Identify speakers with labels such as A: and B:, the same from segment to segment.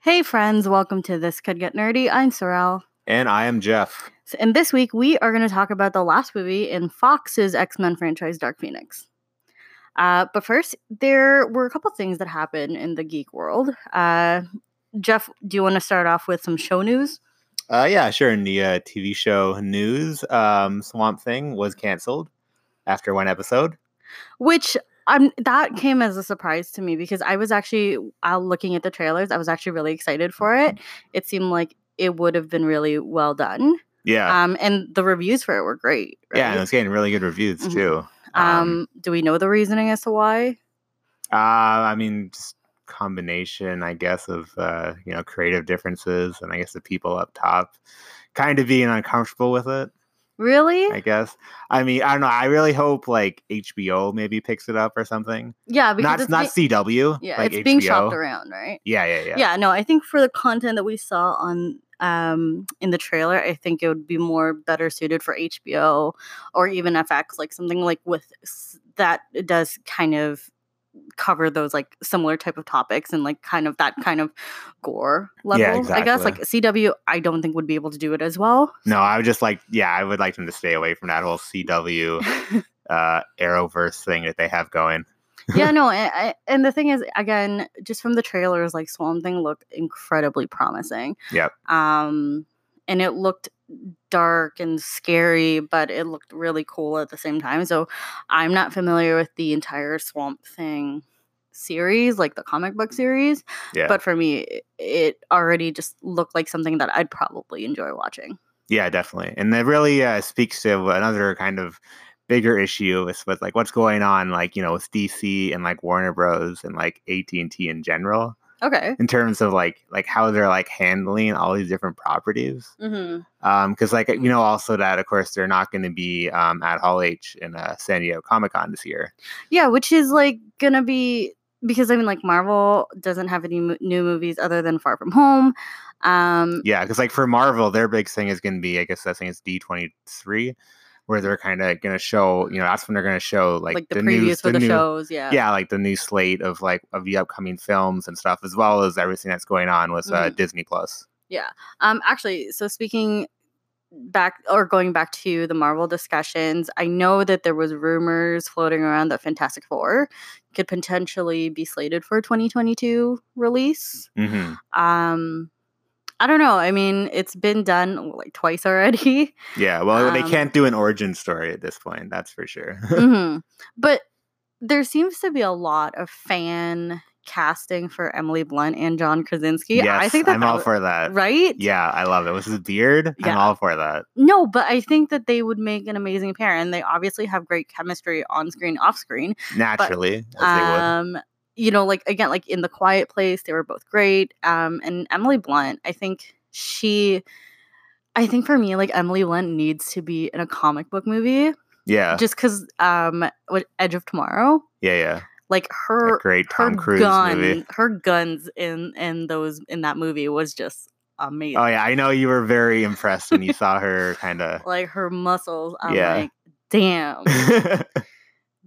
A: Hey, friends, welcome to This Could Get Nerdy. I'm Sorrel.
B: And I am Jeff.
A: S- And this week, we are going to talk about the last movie in Fox's X Men franchise, Dark Phoenix. Uh, but first, there were a couple things that happened in the geek world. Uh, Jeff, do you want to start off with some show news?
B: Uh, yeah, sure. In the uh, TV show news, um, Swamp Thing was canceled after one episode.
A: Which um, that came as a surprise to me because I was actually, uh, looking at the trailers, I was actually really excited for it. It seemed like it would have been really well done.
B: Yeah.
A: Um, and the reviews for it were great. Right?
B: Yeah, and it was getting really good reviews
A: Mhm.
B: too.
A: Um, do we know the reasoning as to why?
B: uh, I mean, just combination, I guess, of uh, you know creative differences, and I guess the people up top kind of being uncomfortable with it.
A: Really?
B: I guess. I mean, I don't know. I really hope like HBO maybe picks it up or something.
A: yeah, because
B: Not
A: it's
B: not
A: be-
B: CW.
A: yeah,
B: like
A: it's being
B: HBO.
A: shopped around, right?
B: Yeah, yeah, yeah.
A: no, I think for the content that we saw on um in the trailer, I think it would be more better suited for HBO or even FX, like something like with s- that does kind of cover those like similar type of topics and like kind of that kind of gore level. I guess
B: exactly.
A: like CW, I don't think would be able to do it as well.
B: No, I would just like, yeah, I would like them to stay away from that whole CW uh, Arrowverse thing that they have going.
A: yeah, no, and, I- and the thing is, again, just from the trailers, like Swamp Thing looked incredibly promising.
B: Yep.
A: Um, and it looked dark and scary, but it looked really cool at the same time. So I'm not familiar with the entire Swamp Thing series, like the comic book series,
B: Yeah,
A: but for me, i- it already just looked like something that I'd probably enjoy watching.
B: yeah, definitely. And that really uh, speaks to another kind of bigger issue with, with like what's going on, like you know, with DC and like Warner Bros. and like AT and T in general,
A: Okay.
B: in terms of like like how they're like handling all these different properties.
A: Mm-hmm.
B: Because like you know, also that of course they're not going to be um, at Hall H in uh, San Diego Comic Con this year.
A: Yeah, which is like gonna be because I mean, like Marvel doesn't have any mo- new movies other than Far From Home. Um,
B: Yeah, because like for Marvel, their big thing is going to be, I guess, I think it's D twenty three, where they're kind of going to show, you know, that's when they're going to show like,
A: like, the,
B: new-
A: previews for the,
B: new,
A: shows. Yeah.
B: yeah, like the new slate of like of the upcoming films and stuff, as well as everything that's going on with uh,
A: Mhm.
B: Disney Plus.
A: Um, actually, so speaking back or going back to the Marvel discussions, I know that there was rumors floating around that Fantastic Four could potentially be slated for a 2022 release.
B: Mm-hmm.
A: Um, I don't know. I mean, it's been done like twice already.
B: Yeah, well, they
A: Um,
B: can't do an origin story at this point, that's for sure.
A: hmm But there seems to be a lot of fan casting for Emily Blunt and John Krasinski.
B: yes,
A: I think that,
B: I'm
A: that
B: all
A: would-
B: for that.
A: right.
B: Yeah, I love it. With his beard,
A: Yeah.
B: I'm all for that.
A: No, but I think that they would make an amazing pair, and they obviously have great chemistry on screen, off screen.
B: Naturally, as they would.
A: Um, you know, like again, like in the Quiet Place, they were both great. Um, and Emily Blunt, I think she. I think for me, like Emily Blunt needs to be in a comic book movie,
B: Yeah,
A: just because um, what- Edge of Tomorrow,
B: yeah, yeah.
A: like
B: A
A: her
B: great Tom Cruise
A: gun,
B: movie.
A: her guns in in those in that movie was just amazing.
B: Oh yeah, I know you were very impressed when you saw her kind of.
A: like her muscles. I'm
B: Yeah.
A: like, damn,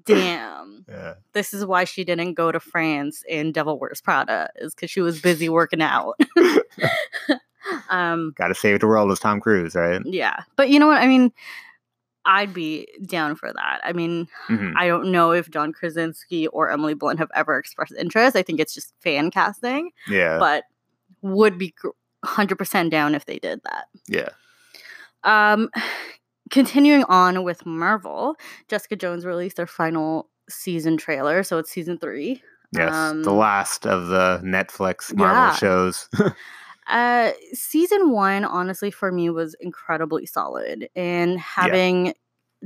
A: damn.
B: yeah.
A: This is why she didn't go to France in Devil Wears Prada is because she was busy working out. um,
B: Got to save the world as Tom Cruise, right?
A: yeah, but you know what? I mean, I'd be down for that. I mean,
B: hmm
A: I don't know if John Krasinski or Emily Blunt have ever expressed interest. I think it's just fan casting.
B: Yeah,
A: but would be gr- 100% down if they did that.
B: yeah.
A: Um, continuing on with Marvel, Jessica Jones released their final season trailer, so it's season three.
B: Yes, the
A: um,
B: last of the Netflix Marvel
A: yeah.
B: shows.
A: Uh, season one, honestly, for me was incredibly solid, and having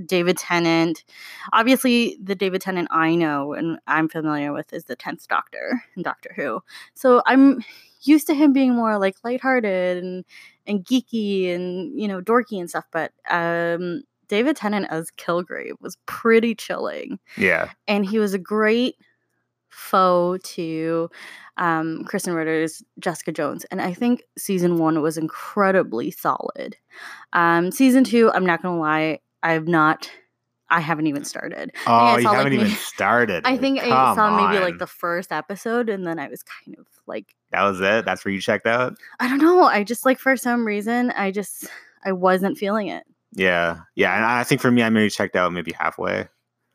A: David Tennant, obviously, the David Tennant I know and I'm familiar with is the Tenth Doctor in Doctor Who. So I'm used to him being more like lighthearted and and geeky and you know dorky and stuff, but um. David Tennant as Kilgrave was pretty chilling
B: yeah,
A: and he was a great foe to um, Kristen Ritter's Jessica Jones. And I think season one was incredibly solid. Um, season two, I'm not gonna lie, I've not. I haven't even started.
B: Oh, you
A: saw, like,
B: haven't even
A: me-
B: started.
A: I think I
B: Come
A: saw maybe like
B: on.
A: the first episode, and then I was kind of like,
B: That was it. That's where you checked out.
A: I don't know. I just like for some reason, I just I wasn't feeling it.
B: Yeah, yeah. And I think for me, I maybe checked out maybe halfway.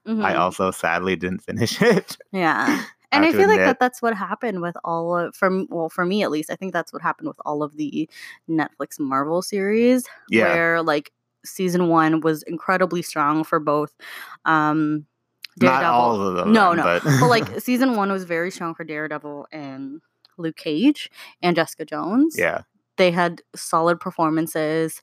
B: I
A: Mhm.
B: also sadly didn't finish it.
A: Yeah. And I,
B: have to
A: feel like
B: admit.
A: that that's what happened with all of from well for me at least I think that's what happened with all of the Netflix Marvel series
B: Yeah,
A: where like season 1 was incredibly strong for both um
B: not
A: Daredevil
B: all of them.
A: No, no.
B: But,
A: but like season 1 was very strong for Daredevil and Luke Cage and Jessica Jones.
B: yeah,
A: They had solid performances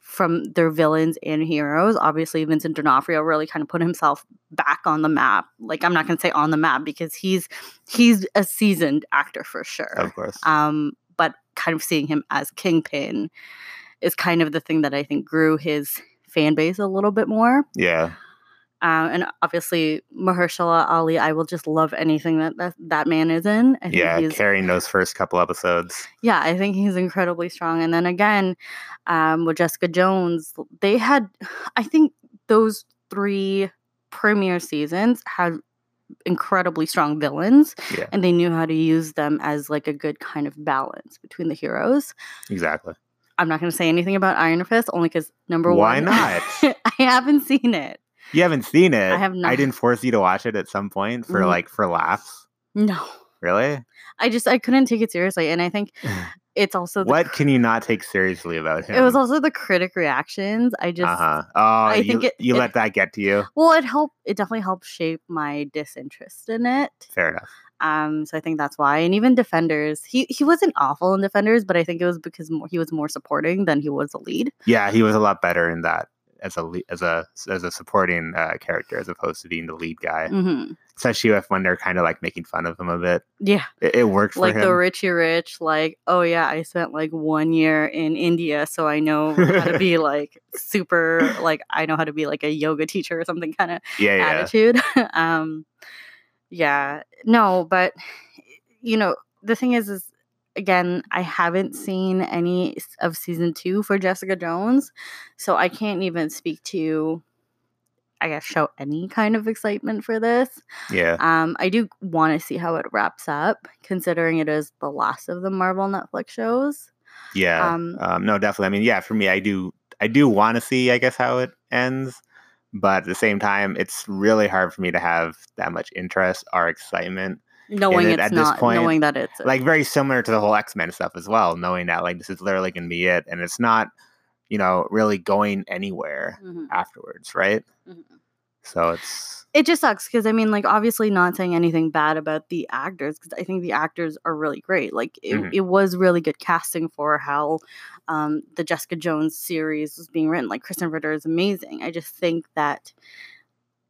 A: from their villains and heroes. Obviously, Vincent D'Onofrio really kind of put himself back on the map. Like I'm not gonna say on the map because he's he's a seasoned actor for sure.
B: of course.
A: Um, but kind of seeing him as Kingpin is kind of the thing that I think grew his fan base a little bit more.
B: yeah,
A: Um, and obviously Mahershala Ali, I will just love anything that that, that man is in. I think
B: yeah.
A: he's
B: Carrying those first couple episodes.
A: yeah, I think he's incredibly strong. And then again, um, with Jessica Jones, they had, I think those three premiere seasons had incredibly strong villains,
B: Yeah.
A: and they knew how to use them as like a good kind of balance between the heroes.
B: Exactly.
A: I'm not going to say anything about Iron Fist only because number
B: Why
A: one,
B: not?
A: I haven't seen it.
B: You haven't seen it.
A: have
B: I
A: not.
B: didn't force you to watch it at some point for
A: Mm.
B: like for laughs.
A: No,
B: Really?
A: I just I couldn't take it seriously, and I think it's also the,
B: Mm. what can you not take seriously about him?
A: it was also the critic reactions. I just.
B: uh-huh. Oh, I you,
A: think it-
B: you
A: it-
B: let that get to you.
A: Well, it helped. It definitely helped shape my disinterest in it.
B: Fair enough.
A: Um, so I think that's why. And even Defenders, he he wasn't awful in Defenders, but I think it was because more, he was more supporting than he was a lead.
B: Yeah, he was a lot better in that as a le- as a as a supporting uh, character as opposed to being the lead guy.
A: hmm
B: Especially if when they're kind of like making fun of him a bit,
A: Yeah,
B: it, it worked for
A: like
B: him.
A: the Richie Rich, like oh yeah, I spent like one year in India, so I know how to be like super, like I know how to be like a yoga teacher or something kind of
B: yeah, yeah.
A: attitude. um, yeah, no, but you know the thing is, is again, I haven't seen any s- of season two for Jessica Jones, so I can't even speak to, I guess, show any kind of excitement for this.
B: Yeah.
A: Um, I do want to see how it wraps up, considering it is the last of the Marvel Netflix shows.
B: Yeah.
A: Um,
B: Um, no, definitely. I mean, yeah, for me, I do, I do want to see, I guess, how it ends, but at the same time, it's really hard for me to have that much interest or excitement.
A: Knowing
B: it
A: it's
B: at this
A: not,
B: point,
A: knowing that it's
B: Like very similar to the whole X Men stuff as well, knowing that like this is literally going to be it, and it's not, you know, really going anywhere
A: Mhm,
B: afterwards, right?
A: mhm.
B: So it's
A: it just sucks because I mean, like, obviously, not saying anything bad about the actors because I think the actors are really great. Like, it,
B: Mhm.
A: it was really good casting for how um, the Jessica Jones series was being written. Like, Kristen Ritter is amazing. I just think that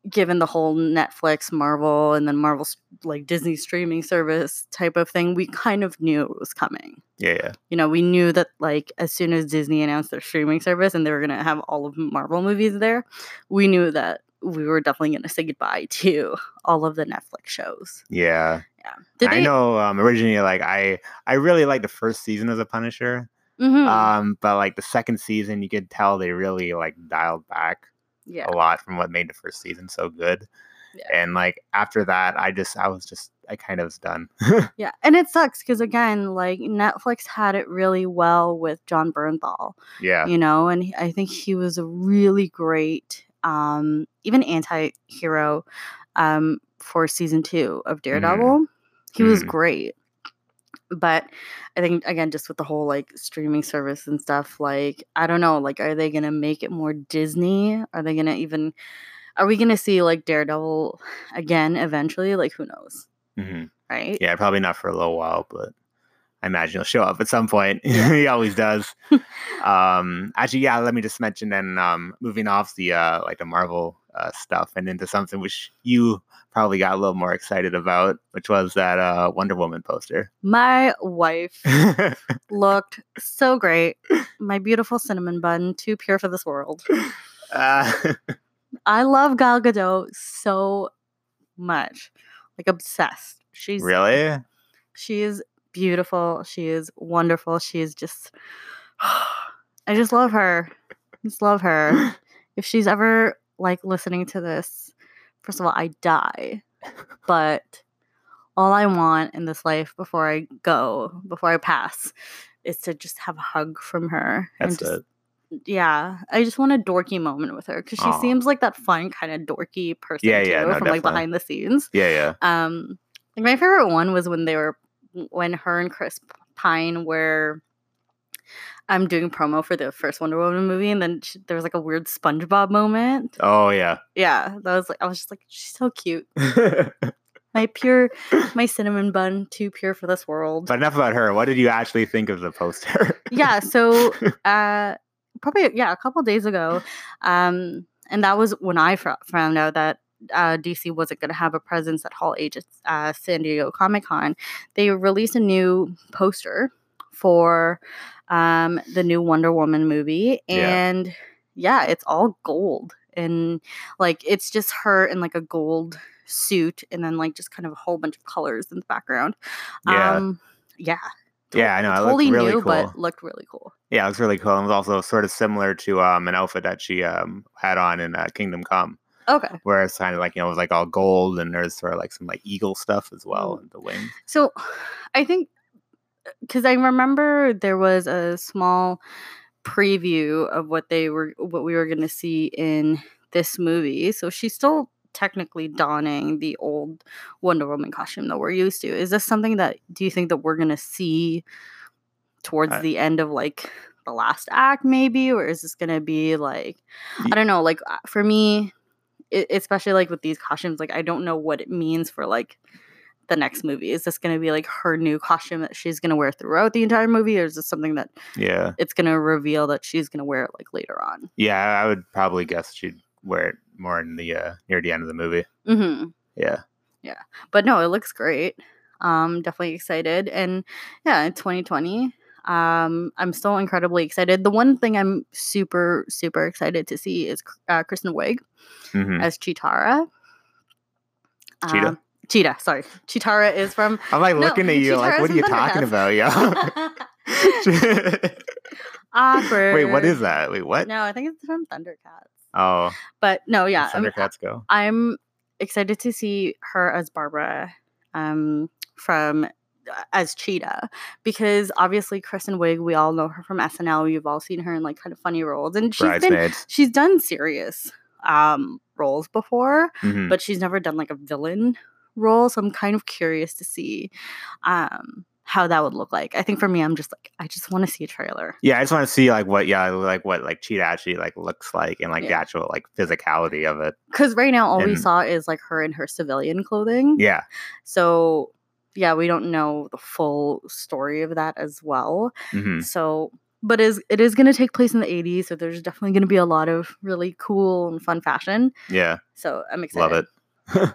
A: given the whole Netflix, Marvel, and then Marvel's like Disney streaming service type of thing, we kind of knew it was coming.
B: yeah, yeah,
A: You know, we knew that like as soon as Disney announced their streaming service and they were gonna have all of Marvel movies there, we knew that we were definitely gonna say goodbye to all of the Netflix shows.
B: yeah.
A: Did
B: I
A: they?
B: know. Um, originally, like I, I really liked the first season as a Punisher,
A: Mhm.
B: um, but like the second season, you could tell they really like dialed back.
A: yeah.
B: a lot from what made the first season so good.
A: Yeah.
B: And like after that, I just I was just I kind of was done.
A: Yeah, and it sucks because again, like Netflix had it really well with John Bernthal,
B: yeah.
A: you know, and he- I think he was a really great, um, even anti-hero um, for season two of
B: Mm-hmm.
A: Daredevil. He was
B: Mm.
A: great, but I think again, just with the whole like streaming service and stuff, like I don't know, like are they gonna make it more Disney? Are they gonna even? Are we gonna see like Daredevil again eventually? Like who knows,
B: hmm
A: right?
B: Yeah, probably not for a little while, but I imagine he'll show up at some point.
A: Yeah.
B: he always does. um actually yeah, let me just mention then um moving off the uh like the Marvel uh, stuff and into something which you probably got a little more excited about, which was that uh Wonder Woman poster.
A: My wife
B: yeah,
A: looked so great. My beautiful cinnamon bun, too pure for this world.
B: uh,
A: I love Gal Gadot so much. Like obsessed. She's
B: really?
A: she is beautiful. She is wonderful. She is just I just love her. Just love her. If she's ever like listening to this, first of all, I die. But all I want in this life before I go, before I pass, is to just have a hug from her. and
B: That's
A: just,
B: it.
A: Yeah, I just want a dorky moment with her because she
B: Aw.
A: seems like that fun kind of dorky person
B: Yeah, yeah,
A: too,
B: no,
A: from
B: definitely.
A: like behind the scenes.
B: Yeah, yeah.
A: Um, like, my favorite one was when they were when her and Chris Pine were. I'm doing promo for the first Wonder Woman movie, and then she, there was like a weird SpongeBob moment.
B: Oh yeah.
A: Yeah, that was like I was just like she's so cute. My pure, my cinnamon bun, too pure for this world.
B: but enough about her. What did you actually think of the poster?
A: yeah so uh probably yeah a couple days ago um and that was when i fro- found out that uh, dc wasn't going to have a presence at hall h at uh, san diego comic-con they released a new poster for um the new wonder woman movie
B: Yeah.
A: and yeah it's all gold and like it's just her in like a gold suit and then like just kind of a whole bunch of colors in the background
B: Yeah.
A: um yeah
B: Yeah, I know, it looked
A: Totally
B: really
A: new, but
B: cool.
A: looked really cool.
B: yeah, it was really cool. And it was also sort of similar to um, an outfit that she um, had on in uh, Kingdom Come,
A: Okay.
B: where it's kind of like you know it was like all gold and there's sort of like some like eagle stuff as
A: Mm.
B: well and the wings.
A: So I think because I remember there was a small preview of what they were what we were gonna see in this movie. So she's still technically donning the old Wonder Woman costume that we're used to. Is this something that do you think that we're gonna see towards
B: I-
A: the end of like the last act maybe or is this gonna be like
B: Ye-
A: I don't know like uh, for me it, especially like with these costumes like I don't know what it means for like the next movie? Is this going to be like her new costume that she's going to wear throughout the entire movie, or is this something that
B: Yeah,
A: it's going to reveal that she's going to wear it like later on?
B: yeah, I would probably guess she'd wear it more in the uh, near the end of the movie.
A: hmm
B: Mm-hmm. Yeah,
A: But no, it looks great. Um, definitely excited, and yeah, in 2020. Um, I'm still incredibly excited. The one thing I'm super super excited to see is uh, Kristen Wiig
B: hmm
A: as Chitara.
B: Cheetah?
A: Um, Cheetah, sorry, Chitara is from.
B: I'm like
A: No,
B: looking at you, like,
A: Chitara's
B: what are
A: in
B: you talking
A: Thundercats.
B: about, yo?
A: Awkward.
B: Wait, what is that? Wait, what?
A: No, I think it's from Thundercats.
B: Oh,
A: But no, yeah, um,
B: yeah,
A: I mean,
B: Thundercats go.
A: I'm excited to see her as Barbara um, from uh, as Cheetah because obviously Kristen Wiig, we all know her from SNL. You've all seen her in like kind of funny roles, and she's been
B: Bridesmaids.
A: she's done serious um, roles before,
B: Mhm.
A: but she's never done like a villain role. So I'm kind of curious to see um, how that would look like. I think for me, I'm just like I just want to see a trailer.
B: Yeah, I just want to see like what yeah like what like cheetah actually like looks like and like the
A: Yeah.
B: actual like physicality of it.
A: Because right now, all we
B: And-
A: saw is like her in her civilian clothing.
B: Yeah,
A: So, yeah, we don't know the full story of that as well.
B: hmm
A: So, but is it is going to take place in the 80s, so there's definitely going to be a lot of really cool and fun fashion.
B: yeah,
A: So, I'm excited.
B: love it.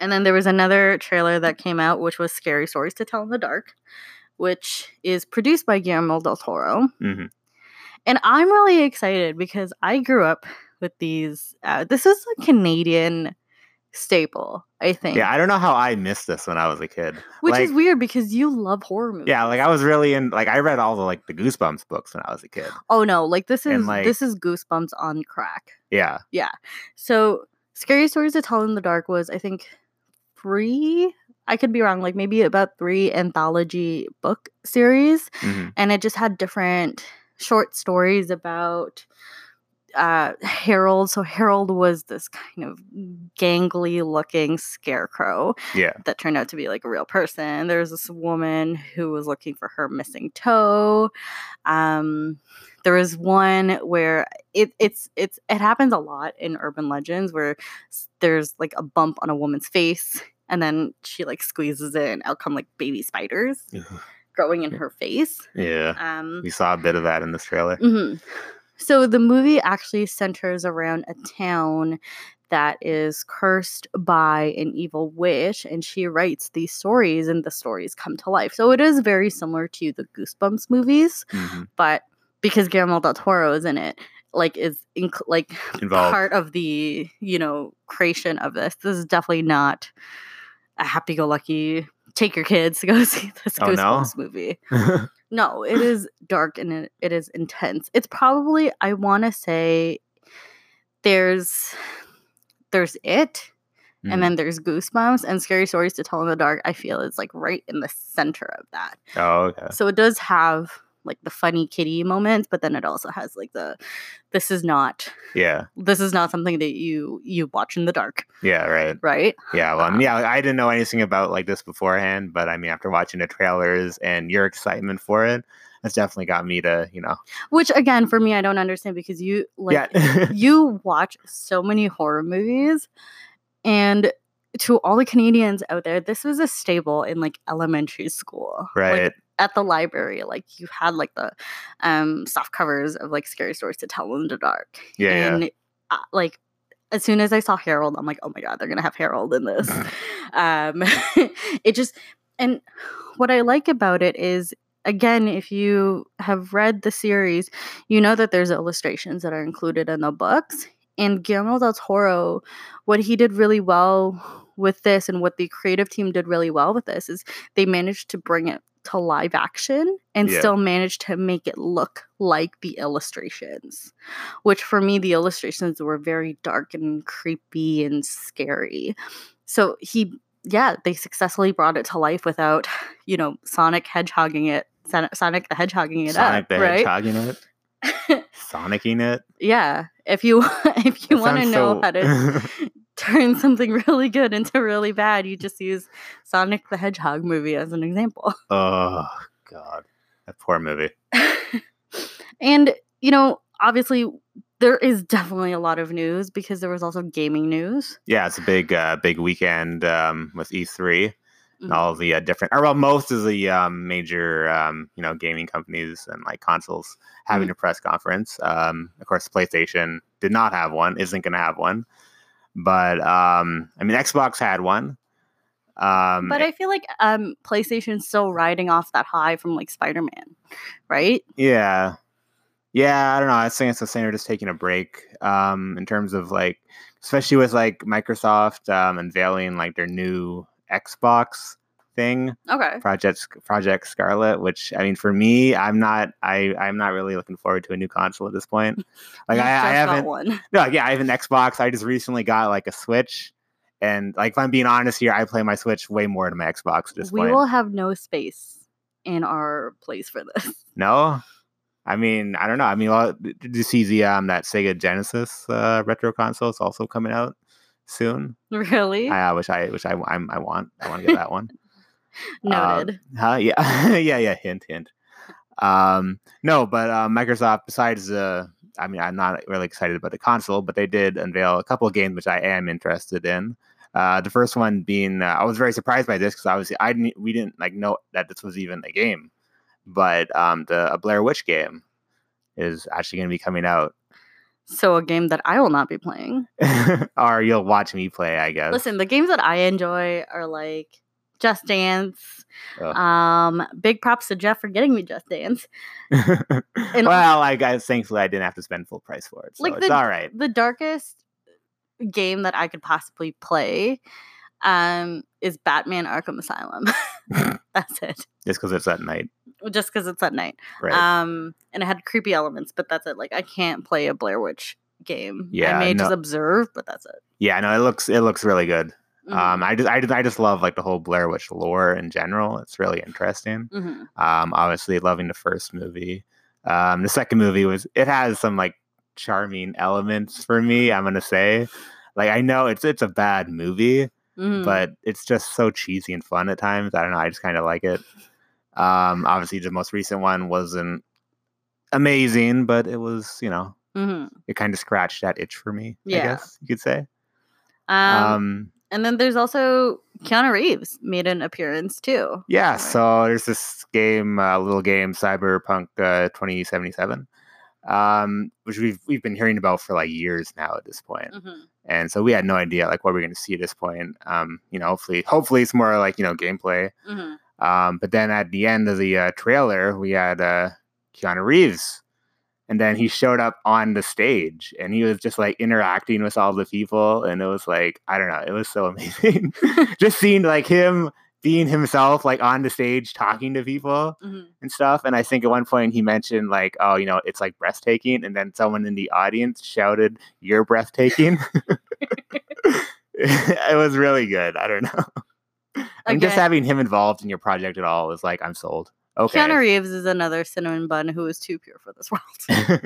A: And then there was another trailer that came out which was Scary Stories to Tell in the Dark, which is produced by Guillermo del Toro.
B: Mhm.
A: And I'm really excited because I grew up with these uh, this is a Canadian staple, I think.
B: Yeah, I don't know how I missed this when I was a kid.
A: which is
B: like-
A: weird because you love horror movies.
B: Yeah, like I was really in like I read all the like the Goosebumps books when I was a kid.
A: Oh no, like this
B: And,
A: is
B: like-
A: this is goosebumps on crack.
B: Yeah,
A: So Scary Stories to Tell in the Dark was I think three I could be wrong, like maybe about three anthology book series.
B: hmm
A: And it just had different short stories about uh Harold. So Harold was this kind of gangly looking scarecrow.
B: yeah,
A: that turned out to be like a real person. There was this woman who was looking for her missing toe. Um, there was one where it, it's it's it happens a lot in urban legends where s- there's like a bump on a woman's face and then she like squeezes it and out come like baby spiders growing in her face.
B: yeah.
A: Um,
B: We saw a bit of that in this trailer.
A: Mhm. So the movie actually centers around a town that is cursed by an evil witch, and she writes these stories, and the stories come to life. So it is very similar to the Goosebumps movies,
B: hmm
A: but because Guillermo del Toro is in it, like is inc- like
B: Involved.
A: part of the you know creation of this. This is definitely not a happy-go-lucky. Take your kids to go see this
B: Oh, no?
A: Goosebumps movie. No, it is dark and it, it is intense. It's probably I want to say there's there's it
B: Mhm.
A: and then there's goosebumps and scary stories to tell in the dark i feel is like right in the center of that
B: Oh, okay.
A: so it does have like the funny kitty moments but then it also has like the this is not
B: Yeah.
A: this is not something that you you watch in the dark
B: Yeah. Right.
A: right
B: Yeah. Well, I mean,
A: Um,
B: yeah, I didn't know anything about like this beforehand, but I mean, after watching the trailers and your excitement for it, that's definitely got me to, you know,
A: which again for me i don't understand because you like
B: yeah.
A: you watch so many horror movies and to all the canadians out there this was a staple in like elementary school Like,
B: right.
A: at the library like you had like the um soft covers of like scary stories to tell in the dark
B: Yeah, yeah.
A: and uh, like as soon as i saw harold i'm like oh my god they're gonna have harold in this um it just and what i like about it is again if you have read the series you know that there's illustrations that are included in the books and guillermo del toro what he did really well with this and what the creative team did really well with this is they managed to bring it to live action and
B: Yeah.
A: still managed to make it look like the illustrations which for me the illustrations were very dark and creepy and scary so he yeah they successfully brought it to life without you know sonic hedgehogging it Son- sonic the hedgehogging it
B: Sonic
A: up
B: the
A: right
B: Hedgehoging it. Sonicking it.
A: yeah if you if you
B: That
A: want to
B: sounds
A: know
B: so-
A: how to turn something really good into really bad you just use sonic the hedgehog movie as an example
B: Oh God, that poor movie.
A: and you know obviously there is definitely a lot of news because there was also gaming news
B: Yeah, it's a big, uh, big weekend um, with E3
A: Mhm.
B: and all the uh, different, or well, most of the um, major, um, you know, gaming companies and like consoles
A: Mm-hmm.
B: having a press conference. Um, of course, PlayStation did not have one, isn't going to have one, but um, I mean, Xbox had one. Um,
A: but i feel like um playstation's still riding off that high from like spider-man right
B: Yeah. Yeah, I don't know. I was saying it's the same. They're just taking a break um, in terms of like, especially with like Microsoft um, unveiling like their new Xbox thing,
A: okay
B: Project Sc- Project Scarlet. Which I mean, for me, I'm not. I I'm not really looking forward to a new console at this point. Like
A: You
B: I, I
A: just got
B: haven't.
A: one
B: No, yeah, I have an Xbox. I just recently got like a Switch, and like if I'm being honest here, I play my Switch way more than my Xbox at this
A: we
B: point.
A: will have no space in our place for this
B: No, I mean I don't know. I mean, well, d- did you see the um that Sega Genesis uh, retro console is also coming out soon?
A: really
B: I uh, which I which I I'm, I want I want to get that one.
A: noted
B: Huh? Yeah, yeah, yeah. Hint, hint. Um, no, but uh, Microsoft besides the. I mean, I'm not really excited about the console, but they did unveil a couple of games which I am interested in. Uh, the first one being, uh, I was very surprised by this because obviously I didn't, we didn't like know that this was even a game, but um, the a Blair Witch game is actually going to be coming out,
A: so a game that i will not be playing
B: or you'll watch me play, I guess.
A: Listen, the games that I enjoy are like Just Dance.
B: Ugh.
A: Um, big props to Jeff for getting me Just Dance. and-
B: well, I guess thankfully I didn't have to spend full price for it, so
A: Like
B: it's
A: the-
B: all right.
A: The darkest game that I could possibly play um, is Batman Arkham Asylum. That's it.
B: just because it's at night,
A: Just because it's at night.
B: right?
A: Um, and it had creepy elements, but that's it. Like I can't play a Blair Witch game.
B: Yeah,
A: I may
B: no-
A: just observe, but that's it.
B: yeah, no, it looks it looks really good.
A: Mhm,
B: Um, I just I just I just love like the whole Blair Witch lore in general. It's really interesting.
A: mhm.
B: Um, obviously loving the first movie. Um, the second movie was it has some like charming elements for me. I'm gonna say, like I know it's it's a bad movie,
A: Mhm.
B: but it's just so cheesy and fun at times. I don't know. I just kind of like it. Um, obviously the most recent one wasn't amazing, but it was you know
A: Mhm.
B: it kind of scratched that itch for me.
A: Yeah.
B: I guess you could say.
A: um,
B: um
A: And then there's also Keanu Reeves made an appearance too.
B: Yeah,
A: Right.
B: so there's this game, uh, little game, Cyberpunk uh, 2077, um, which we've we've been hearing about for like years now at this point,
A: Mhm.
B: and so we had no idea like what we are going to see at this point. Um, you know, hopefully, hopefully it's more like you know gameplay.
A: Mhm.
B: Um, but then at the end of the uh, trailer, we had uh, Keanu Reeves, and then he showed up on the stage, and he was just like interacting with all the people, and it was like I don't know, it was so amazing. just seeing like him being himself, like on the stage talking to people
A: Mhm.
B: and stuff. And I think at one point he mentioned like, oh, you know, it's like breathtaking. And then someone in the audience shouted, "You're breathtaking." it was really good. I don't know. I'm just
A: Again-
B: having him involved in your project at all is like I'm sold. Okay.
A: Keanu Reeves is another cinnamon bun who is too pure for this world.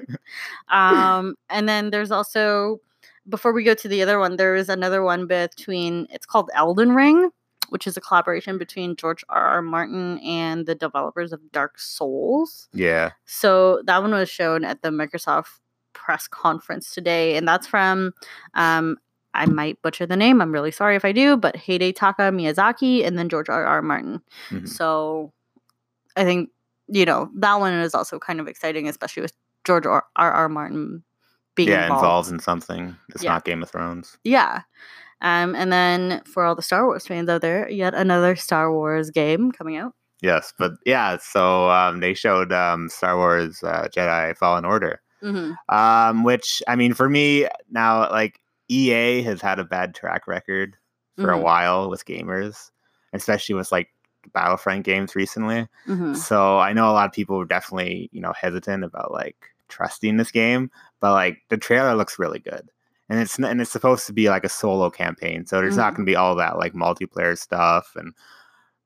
A: um, and then there's also before we go to the other one, there is another one between it's called Elden Ring, which is a collaboration between George R. R. Martin and the developers of Dark Souls.
B: yeah.
A: So that one was shown at the Microsoft press conference today, and that's from um, I might butcher the name. I'm really sorry if I do, but Hidetaka Miyazaki and then George R. R. Martin.
B: Mhm.
A: So I think you know that one is also kind of exciting, especially with George R. R. R. Martin being
B: yeah,
A: involved.
B: involves in something. It's
A: Yeah.
B: not Game of Thrones.
A: Yeah. Um, and then for all the Star Wars fans out there, yet another Star Wars game coming out.
B: Yes, but yeah, so um, they showed um, Star Wars uh, Jedi Fallen Order,
A: Mm-hmm.
B: um, which I mean, for me now, like EA has had a bad track record for a
A: Mhm.
B: while with gamers, especially with like Battlefront games recently.
A: Mm-hmm.
B: So I know a lot of people were definitely, you know, hesitant about like trusting this game, but like the trailer looks really good. And it's n- and it's supposed to be like a solo campaign, so there's not
A: Mhm.
B: going to be all that like multiplayer stuff and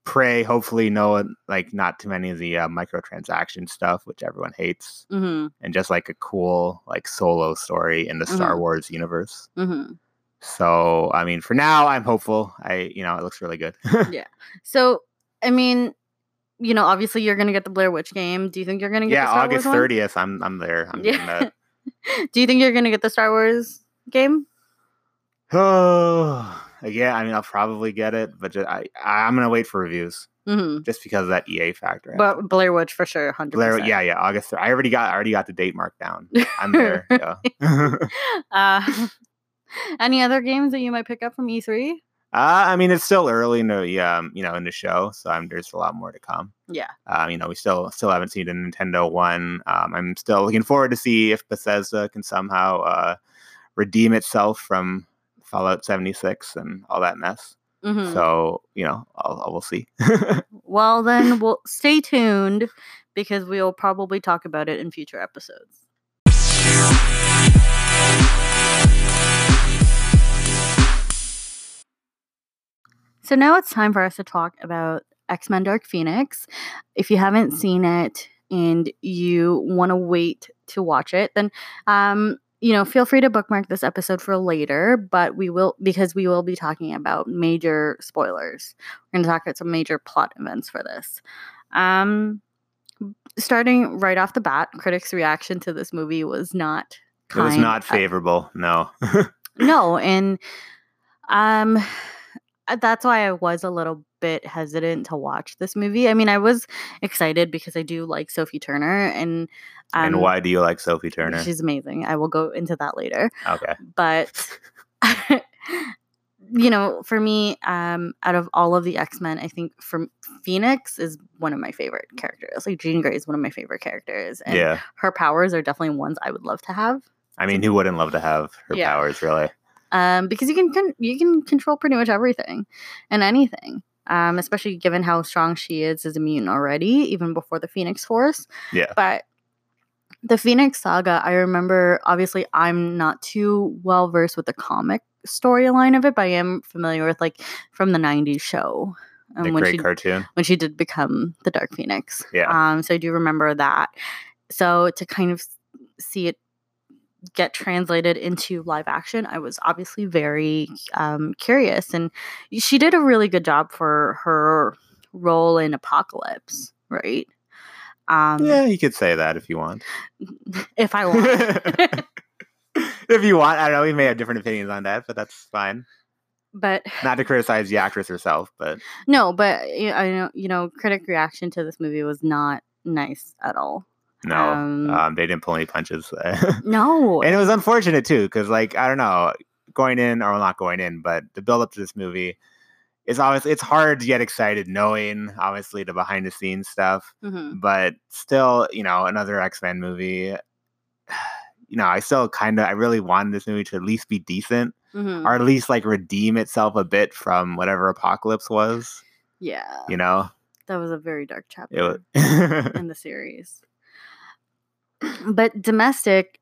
B: pray hopefully no like not too many of the uh, microtransaction stuff which everyone hates
A: Mm-hmm.
B: and just like a cool like solo story in the Star Wars universe.
A: Mm-hmm.
B: So I mean for now I'm hopeful. I you know it looks really good.
A: So, I mean, you know, obviously you're gonna get the Blair Witch game. Do you think you're gonna get
B: yeah,
A: the Star
B: August
A: Wars
B: 30th I'm I'm there. I'm
A: Yeah.
B: doing that.
A: one? Do you think you're gonna get the Star Wars game?
B: Oh, yeah. I mean, I'll probably get it, but just, I I- I'm gonna wait for reviews
A: Mm-hmm.
B: just because of that EA factor.
A: But Blair Witch for sure, hundred
B: Blair,
A: percent.
B: yeah, yeah. August. thir- I already got. I already got the date marked down. I'm there. Yeah. uh,
A: Uh, any other games that you might pick up from E E3?
B: Uh, I mean, it's still early in the um, you know in the show, so I'm, there's a lot more to come.
A: Yeah.
B: Um, you know, we still still haven't seen a Nintendo one. Um, I'm still looking forward to see if Bethesda can somehow uh, redeem itself from Fallout 76 and all that mess.
A: Mhm.
B: So you know, I'll, I'll, we'll see.
A: Well, then we'll stay tuned because we'll probably talk about it in future episodes. So now it's time for us to talk about X Men Dark Phoenix. If you haven't seen it and you want to wait to watch it, then um, you know feel free to bookmark this episode for later. But we will because we will be talking about major spoilers. We're going to talk about some major plot events for this. Um, starting right off the bat, critics' reaction to this movie was not.
B: It was
A: kind
B: not
A: at
B: favorable. No.
A: no and um uh, that's why i was a little bit hesitant to watch this movie i mean i was excited because i do like sophie turner and um,
B: and why do you like Sophie Turner?
A: she's amazing i will go into that later
B: Okay.
A: but you know for me um out of all of the x-men i think from phoenix is one of my favorite characters like jean gray is one of my favorite characters and
B: yeah.
A: her powers are definitely ones i would love to have
B: I mean, who wouldn't love to have her
A: Yeah.
B: powers, really?
A: um, because you can con- you can control pretty much everything and anything. Um, especially given how strong she is as a mutant already, even before the Phoenix Force.
B: Yeah.
A: But the Phoenix Saga, I remember. Obviously, I'm not too well versed with the comic storyline of it, but I am familiar with like from the '90s show. um,
B: The
A: when
B: great
A: she
B: cartoon.
A: when she did become the Dark Phoenix.
B: Yeah.
A: Um, so I do remember that. So to kind of s- see it get translated into live action, I was obviously very um, curious. And she did a really good job for her role in Apocalypse, right? Um,
B: yeah, you could say that if you want.
A: If I want.
B: if you want, I know we may have different opinions on that, but that's fine.
A: But
B: Not to criticize the actress herself, but
A: no, but y- I know, you know, critic reaction to this movie was not nice at all.
B: no,
A: Um,
B: um, they didn't pull any punches.
A: No.
B: and it was unfortunate too because like i don't know going in or not going in but the build up to this movie is always it's hard to get excited knowing obviously the behind the scenes stuff
A: Mhm.
B: but still you know another x-men movie you know i still kind of i really wanted this movie to at least be decent
A: Mhm.
B: or at least like redeem itself a bit from whatever apocalypse was
A: Yeah.
B: You know,
A: That was a very dark chapter.
B: it was.
A: in the series. But domestic,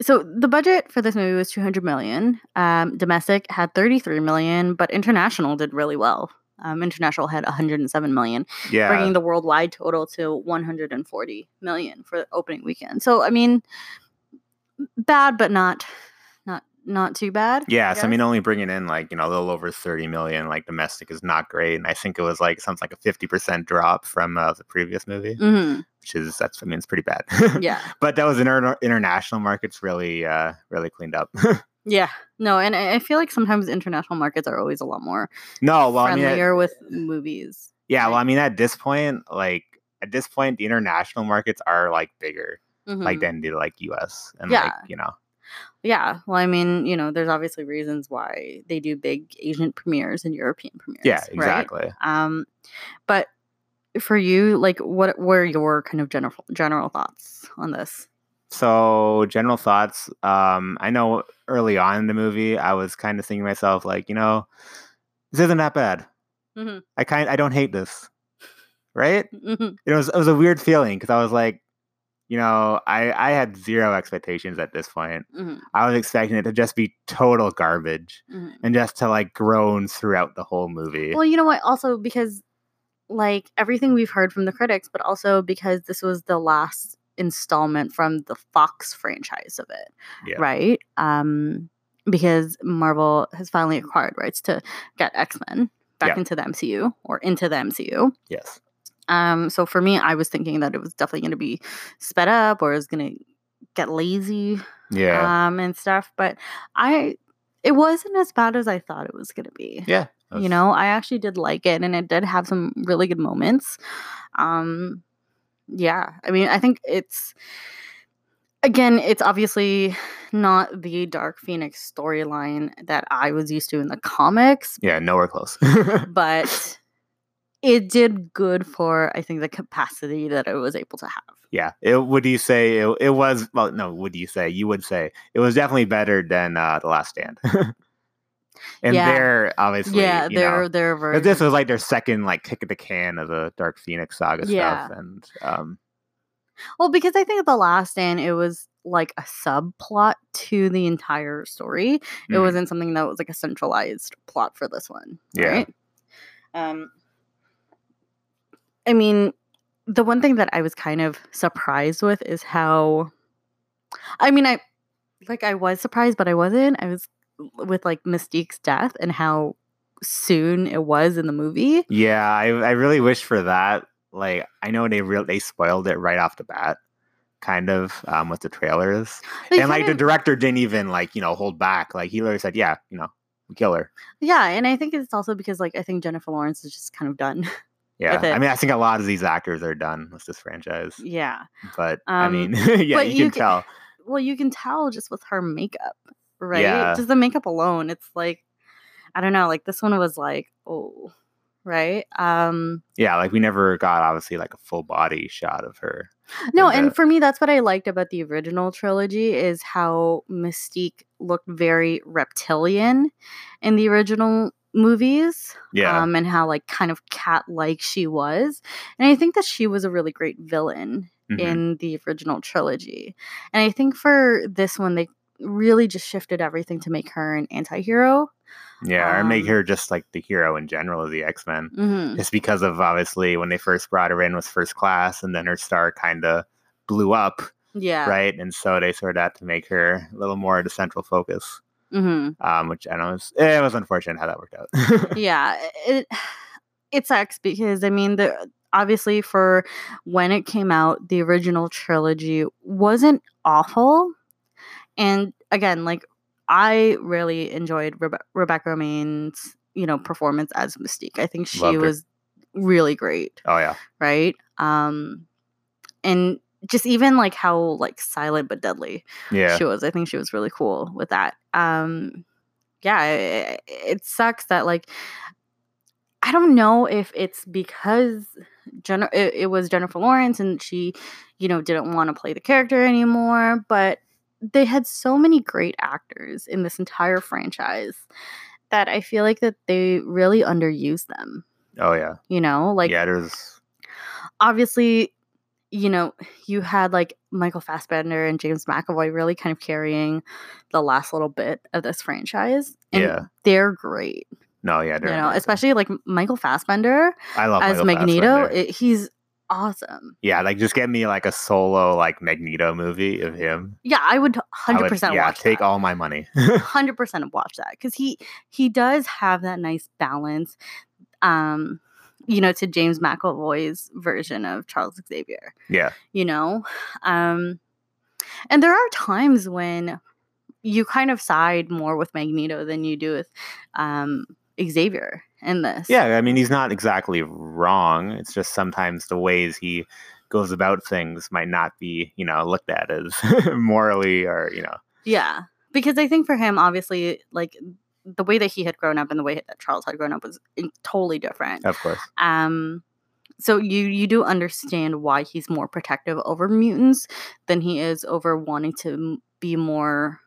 A: so the budget for this movie was 200 million. Um, domestic had 33 million, but international did really well. Um, international had 107 million,
B: yeah.
A: bringing the worldwide total to 140 million for the opening weekend. So I mean, bad, but not, not, not too bad.
B: Yeah, so I mean,
A: guess.
B: only bringing in like you know a little over thirty million, like domestic is not great, and I think it was like something like a fifty percent drop from uh, the previous movie,
A: Mhm,
B: which is that's I mean it's pretty bad.
A: Yeah.
B: but that was inter- international markets really uh really cleaned up.
A: Yeah. No, and I I feel like sometimes international markets are always a lot more
B: no, Oh, well I mean, at-
A: friendlier with movies.
B: yeah, well
A: right?
B: I mean at this point, like at this point, the international markets are like bigger, like
A: Mhm.
B: than the like U.S. and like
A: Yeah.
B: you know
A: Yeah. Well, I mean, you know, there's obviously reasons why they do big Asian premieres and European premieres.
B: yeah
A: right?
B: exactly.
A: Um, but for you, like, what were your kind of general general thoughts on this?
B: So, general thoughts. Um, I know early on in the movie, I was kind of thinking to myself, like, you know, this isn't that bad.
A: Mhm.
B: I kind, I don't hate this, right?
A: Mhm.
B: It was, it was a weird feeling because I was like, you know, I, I had zero expectations at this point.
A: Mhm.
B: I was expecting it to just be total garbage
A: Mhm.
B: and just to like groan throughout the whole movie.
A: Well, you know what? Also, because like everything we've heard from the critics, but also because this was the last installment from the Fox franchise of it,
B: Yeah.
A: right? Um, because Marvel has finally acquired rights to get X Men back
B: Yeah.
A: into the MCU or into the MCU.
B: yes.
A: Um, so for me, I was thinking that it was definitely going to be sped up or it was going to get lazy
B: Yeah.
A: um, and stuff. But I, it wasn't as bad as I thought it was going to be you
B: yeah. that's-
A: know i actually did like it and it did have some really good moments um yeah i mean i think it's again it's obviously not the dark phoenix storyline that i was used to in the comics
B: Yeah. Nowhere close.
A: but it did good for i think the capacity that i was able to have
B: Yeah. It would you say it, it was well no, would you say you would say it was definitely better than uh The Last Stand. and
A: Yeah.
B: there obviously
A: yeah
B: you
A: their
B: know,
A: their
B: 'cause
A: version
B: this was like their second like kick at the can of the Dark Phoenix saga
A: Yeah.
B: stuff and um
A: well because i think the last stand it was like a subplot to the entire story it
B: mm,
A: wasn't something that was like a centralized plot for this one
B: Yeah.
A: right? um i mean the one thing that i was kind of surprised with is how i mean i like i was surprised but i wasn't i was with like mystique's death and how soon it was in the movie
B: Yeah, I I really wish for that. Like I know they real they spoiled it right off the bat, kind of, um with the trailers.
A: They
B: and like the
A: kinda-
B: director didn't even like, you know, hold back. Like he literally said, Yeah, you know, we kill her.
A: yeah and i think it's also because like i think jennifer lawrence is just kind of done
B: Yeah. I
A: it.
B: mean I think a lot of these actors are done with this franchise.
A: yeah
B: but I
A: Um,
B: mean, yeah,
A: but
B: you,
A: you
B: can
A: ca-
B: tell.
A: well, you can tell just with her makeup, right?
B: Yeah.
A: Just the makeup alone, it's like I don't know, like this one was like, oh, right? Um
B: Yeah, like we never got obviously like a full body shot of her.
A: no,
B: And
A: and
B: the-
A: for me that's what I liked about the original trilogy is how Mystique looked very reptilian in the original movies.
B: Yeah,
A: Um and how like kind of cat-like she was. And I think that she was a really great villain
B: mhm.
A: in the original trilogy. And I think for this one, they really just shifted everything to make her an anti hero.
B: yeah, or make
A: um,
B: her just like the hero in general of the X Men,
A: hmm
B: just because of obviously when they first brought her in was First Class, and then her star kind of blew up,
A: Yeah.
B: right? And so they sort of had to make her a little more the central focus,
A: hmm
B: um, which I know was it was unfortunate how that worked out.
A: Yeah. It, it sucks because, I mean, the. Obviously, for when it came out, the original trilogy wasn't awful. And again, like I really enjoyed Rebe- Rebecca Romijn's, you know, performance as Mystique. I think she
B: Loved her.
A: was really great.
B: oh yeah,
A: right? Um, and just even like how like silent but deadly
B: yeah,
A: she was, I think she was really cool with that. Um, yeah, it, it sucks that like I don't know if it's because Jen- it, it was Jennifer Lawrence and she, you know, didn't want to play the character anymore, but they had so many great actors in this entire franchise that I feel like that they really underused them.
B: Oh yeah.
A: You know, like
B: yeah, there's
A: obviously, you know, you had like Michael Fassbender and James McAvoy really kind of carrying the last little bit of this franchise. And
B: Yeah.
A: they're great.
B: no yeah.
A: You
B: There,
A: know, especially like Michael Fassbender
B: I love
A: as
B: Oh, Michael
A: Magneto.
B: Fassbender.
A: It, he's awesome.
B: yeah, like just get me like a solo like Magneto movie of him.
A: Yeah, I would
B: I would-
A: hundred percent
B: Yeah,
A: watch
B: take
A: that.
B: all my money.
A: Hundred percent watch that because he he does have that nice balance, um, you know, to James McAvoy's version of Charles Xavier.
B: yeah.
A: you know um and there are times when you kind of side more with magneto than you do with um xavier in this
B: Yeah, I mean, he's not exactly wrong. It's just sometimes the ways he goes about things might not be, you know, looked at as morally or, you know,
A: yeah because i think for him obviously like the way that he had grown up and the way that charles had grown up was in- totally different
B: of course.
A: um so you you do understand why he's more protective over mutants than he is over wanting to m- be more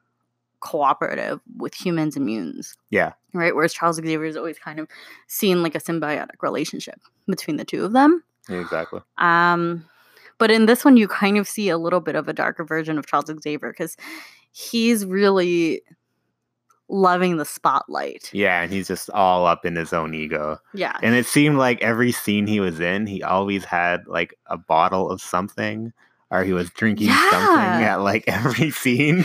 A: cooperative with humans and mutants
B: Yeah.
A: right whereas charles xavier is always kind of seen like a symbiotic relationship between the two of them
B: Exactly.
A: um but in this one you kind of see a little bit of a darker version of charles xavier because he's really loving the spotlight
B: Yeah, and he's just all up in his own ego.
A: yeah
B: And it seemed like every scene he was in, he always had like a bottle of something or he was drinking something
A: Yeah.
B: at like every scene.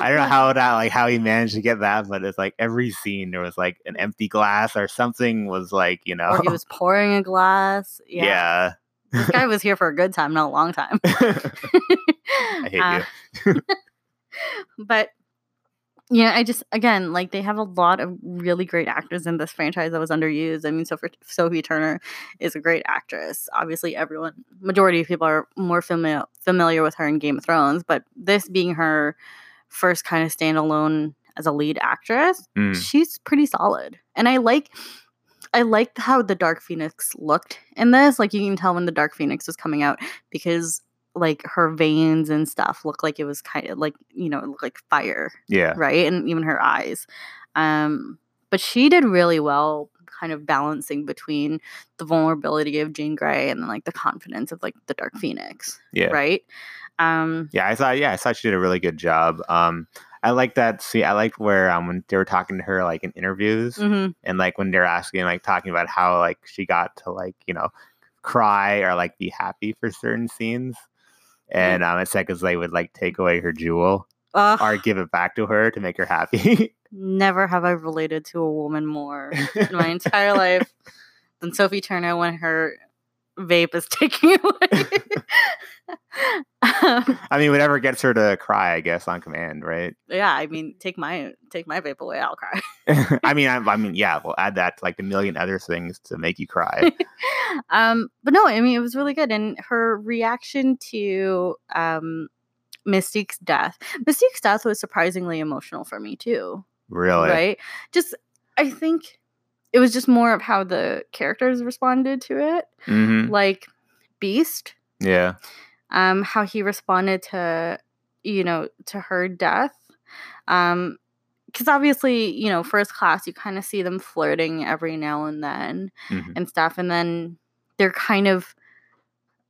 B: I don't know how that like how he managed to get that, but it's like every scene there was like an empty glass or something was like, you know.
A: or he was pouring a glass
B: yeah.
A: this guy was here for a good time, not a long time.
B: I hate
A: Uh, But yeah, I just again like they have a lot of really great actors in this franchise that was underused. I mean, so for Sophie Turner is a great actress. Obviously, everyone majority of people are more familiar familiar with her in Game of Thrones, but this being her first kind of standalone as a lead actress,
B: you. Mm.
A: she's pretty solid. And I like I liked how the Dark Phoenix looked in this. Like you can tell when the Dark Phoenix was coming out because like her veins and stuff looked like it was kind of like, you know, it looked like fire,
B: Yeah.
A: right? And even her eyes. Um but she did really well kind of balancing between the vulnerability of Jean Grey and then like the confidence of like the Dark Phoenix,
B: Yeah.
A: right? Um
B: Yeah. I thought, yeah, I thought she did a really good job. Um, I like that. See, I liked where, um, when they were talking to her, like in interviews
A: mhm.
B: and like when they're asking, like talking about how, like, she got to, like, you know, cry or like be happy for certain scenes.
A: Mm-hmm.
B: And um, it's like, because they would like take away her jewel
A: Ugh,
B: or give it back to her to make her happy.
A: never have I related to a woman more. in my entire life than Sophie Turner when her vape is taking away. Um,
B: I mean, whatever gets her to cry, I guess, on command, right?
A: yeah, I mean, take my take my vape away, I'll cry.
B: I mean, I, I mean, yeah, we'll add that to like a million other things to make you cry.
A: um, but no, I mean, it was really good, and her reaction to um, Mystique's death. Mystique's death was surprisingly emotional for me too.
B: Really?
A: Right? Just, I think it was just more of how the characters responded to it.
B: hmm
A: Like Beast,
B: Yeah.
A: um, how he responded to you know to her death um because obviously you know first class you kind of see them flirting every now and then
B: Mhm.
A: and stuff and then they're kind of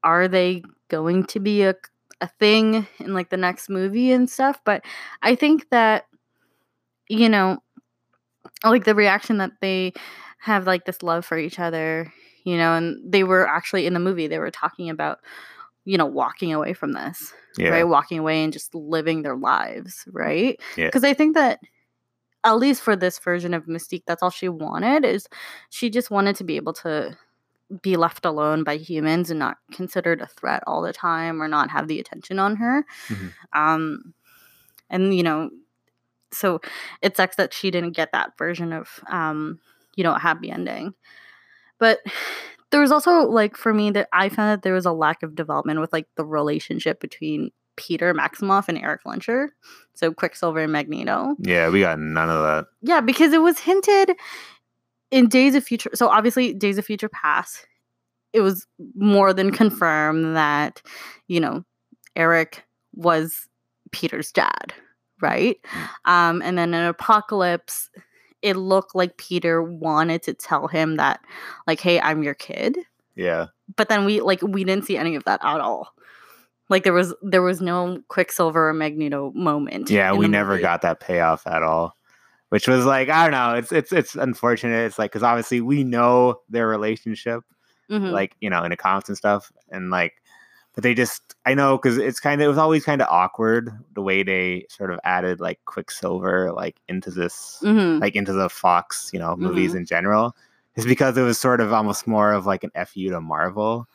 A: are they going to be a, a thing in like the next movie and stuff but i think that you know like the reaction that they have like this love for each other you know and they were actually in the movie they were talking about you know walking away from this
B: Yeah.
A: right walking away and just living their lives right
B: Yeah.
A: because i think that at least for this version of mystique that's all she wanted is she just wanted to be able to be left alone by humans and not considered a threat all the time or not have the attention on her
B: Mhm.
A: um and you know so it sucks that she didn't get that version of um you know a happy ending but there was also like for me that i found that there was a lack of development with like the relationship between peter maximoff and eric lyncher so quicksilver and magneto
B: Yeah, we got none of that.
A: yeah because it was hinted in days of future so obviously days of future past it was more than confirmed that you know eric
B: Mm.
A: was peter's dad right um and then in apocalypse it looked like Peter wanted to tell him that, like, hey, I'm your kid.
B: Yeah.
A: But then we like we didn't see any of that at all. Like there was there was no Quicksilver or Magneto moment.
B: Yeah,
A: in
B: we
A: the
B: never
A: movie.
B: got that payoff at all, which was like I don't know. It's it's it's unfortunate. It's like because obviously we know their relationship,
A: Mhm.
B: like you know in the comics and stuff, and like, but they just I know because it's kind of it was always kind of awkward the way they sort of added like Quicksilver like into this
A: Mhm.
B: like into the Fox you know movies
A: Mm-hmm.
B: in general, is because it was sort of almost more of like an fu to Marvel.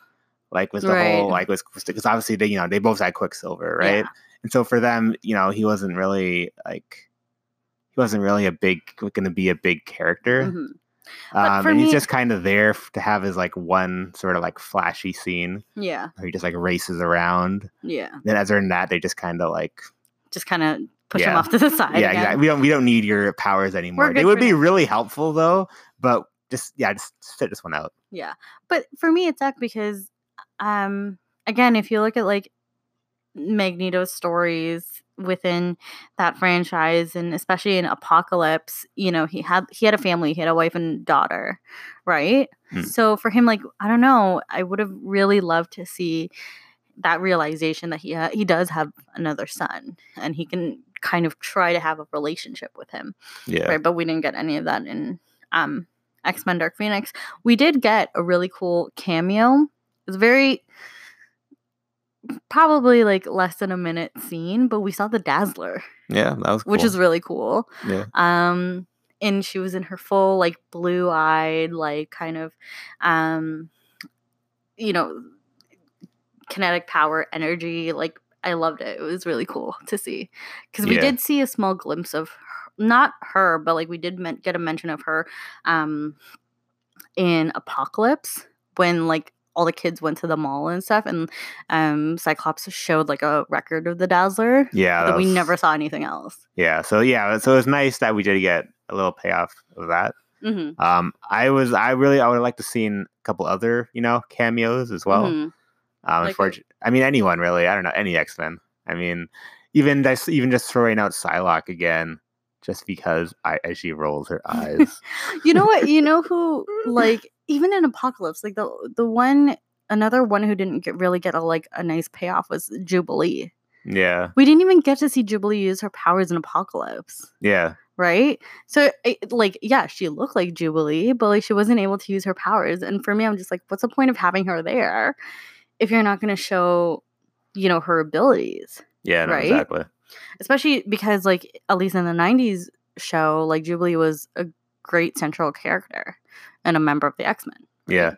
B: Like was the whole
A: Right.
B: like was because obviously they you know they both had Quicksilver right.
A: Yeah.
B: And so for them, you know, he wasn't really like he wasn't really a big going to be a big character.
A: Mhm. But
B: Um,
A: for
B: and he's
A: me-
B: just kind of there f- to have his like one sort of like flashy scene
A: Yeah,
B: where he just like races around.
A: yeah.
B: Then other than that, they just kind of like
A: Just kind of push him
B: Yeah.
A: off to the side.
B: yeah,
A: again.
B: exactly. We don't we don't need your powers anymore. They
A: good
B: would
A: for
B: be
A: now.
B: really helpful though, but just yeah, just sit this one out.
A: Yeah. But for me it's that because um again, if you look at like Magneto's stories within that franchise and especially in Apocalypse, you know, he had he had a family, he had a wife and daughter, right?
B: Hmm.
A: So for him like I don't know, I would have really loved to see that realization that he ha- he does have another son and he can kind of try to have a relationship with him
B: Yeah.
A: right? But we didn't get any of that in um, X Men Dark Phoenix. We did get a really cool cameo. It's very probably like less than a minute scene, but we saw the Dazzler,
B: Yeah, that was
A: which is really cool.
B: Yeah.
A: Um, and she was in her full like blue eyed, like kind of, um, you know, kinetic power energy. Like I loved it. It was really cool to see because we
B: Yeah.
A: did see a small glimpse of her, not her, but like we did men- get a mention of her um, in Apocalypse when like all the kids went to the mall and stuff, and um, Cyclops showed like a record of the Dazzler.
B: yeah,
A: But
B: that
A: we
B: was-
A: never saw anything else.
B: Yeah, so yeah, so it's nice that we did get a little payoff of that.
A: hmm
B: Um, I was I really I would have liked to seen a couple other you know cameos as well.
A: mm-hmm.
B: Um,
A: Like
B: unfortunately, I mean anyone really. I don't know any X Men. I mean, even just even just throwing out Psylocke again, just because I as she rolls her eyes.
A: you know what you know who like even in apocalypse like the the one another one who didn't get really get a like a nice payoff was jubilee
B: yeah,
A: we didn't even get to see jubilee use her powers in apocalypse
B: yeah,
A: right so it, like yeah she looked like jubilee but like she wasn't able to use her powers and for me i'm just like what's the point of having her there if you're not going to show you know her abilities
B: yeah, no,
A: Right?
B: exactly.
A: especially because like at least in the 90s show like jubilee was a great central character and a member of the x-men
B: Yeah,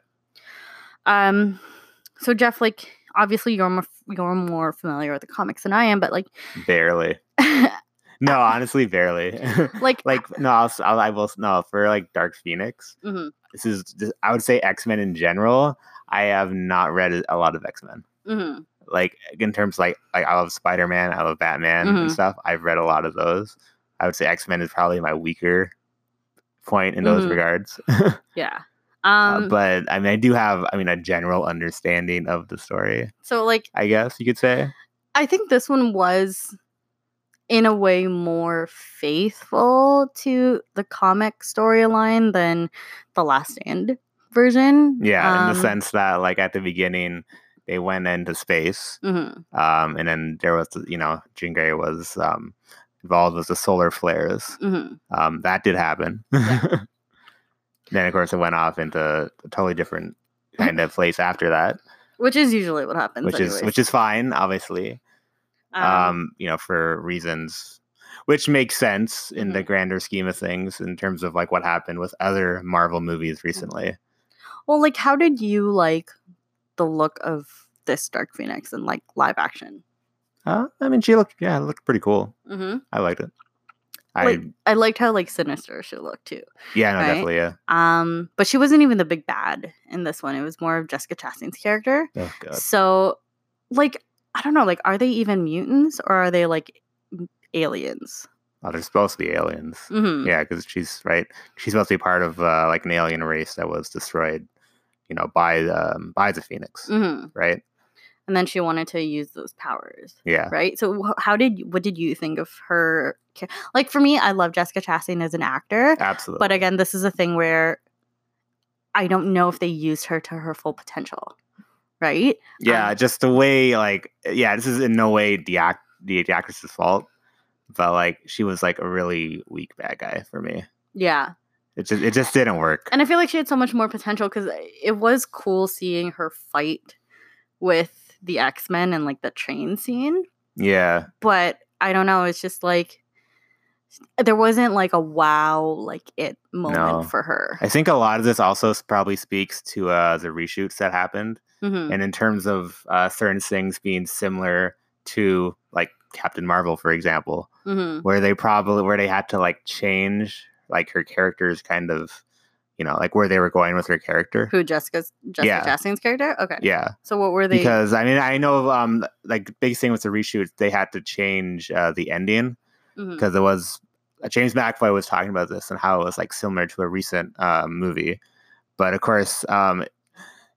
A: um so jeff like obviously you're more, you're more familiar with the comics than i am but like
B: barely. No, honestly, barely.
A: like
B: like no, I'll, s- I'll I will s- no for like Dark Phoenix.
A: Mhm.
B: This is this, I would say X Men in general. I have not read a lot of X Men.
A: mhm,
B: like in terms like like I love Spider Man, I love Batman and
A: Mhm.
B: stuff. I've read a lot of those. I would say X Men is probably my weaker point in those
A: Mhm.
B: regards.
A: yeah
B: Uh,
A: um
B: but I mean, I do have I mean a general understanding of the story.
A: so like
B: I guess you could say.
A: I think this one was in a way more faithful to the comic storyline than the last stand version.
B: Yeah, in the
A: Um,
B: sense that like at the beginning they went into space,
A: mhm,
B: um, and then there was you know Jean Grey was um, involved with the solar flares.
A: mhm.
B: Um, that did happen. then of course it went off into a totally different kind of place after that,
A: Which is usually what happens.
B: which is which is fine, obviously. Um, you know, for reasons which makes sense in the grander scheme of things in terms of like what happened with other Marvel movies recently.
A: well, like, how did you like the look of this Dark Phoenix in like live action?
B: Uh, I mean, she looked yeah, it looked pretty cool.
A: Mm-hmm.
B: I liked it. I
A: Like, I liked how like sinister she looked too.
B: yeah, no,
A: right?
B: definitely yeah.
A: Um, but she wasn't even the big bad in this one. It was more of Jessica Chastain's character.
B: Oh god.
A: So, like, I don't know. Like, are they even mutants or are they like m- aliens?
B: Oh, they're supposed to be aliens.
A: Mm-hmm.
B: Yeah, because she's right. She's supposed to be part of uh, like an alien race that was destroyed, you know, by the um, by the Phoenix,
A: Mm-hmm.
B: right?
A: and then she wanted to use those powers.
B: Yeah.
A: Right. So, wh- how did what did you think of her? ca- Like for me, I love Jessica Chastain as an actor,
B: Absolutely.
A: but again, this is a thing where I don't know if they used her to her full potential. Right.
B: yeah,
A: um,
B: just the way like yeah, this is in no way the act the, the actress's fault, but like she was like a really weak bad guy for me.
A: Yeah.
B: It just it just didn't work.
A: And I feel like she had so much more potential because it was cool seeing her fight with the X Men and like the train scene.
B: yeah,
A: But I don't know. It's just like there wasn't like a wow, like it moment
B: No.
A: for her.
B: I think a lot of this also s- probably speaks to uh, the reshoots that happened,
A: Mhm.
B: and in terms of uh, certain things being similar to like Captain Marvel, for example,
A: Mhm.
B: where they probably where they had to like change like her character's kind of, you know, like where they were going with her character.
A: Who Jessica's Jessica
B: Yeah.
A: Chastain's character? Okay.
B: Yeah.
A: So what were they?
B: because I mean I know um like the big thing with the reshoot they had to change uh, the ending
A: Mhm.
B: because it was uh, James McAvoy was talking about this and how it was like similar to a recent uh, movie, but of course um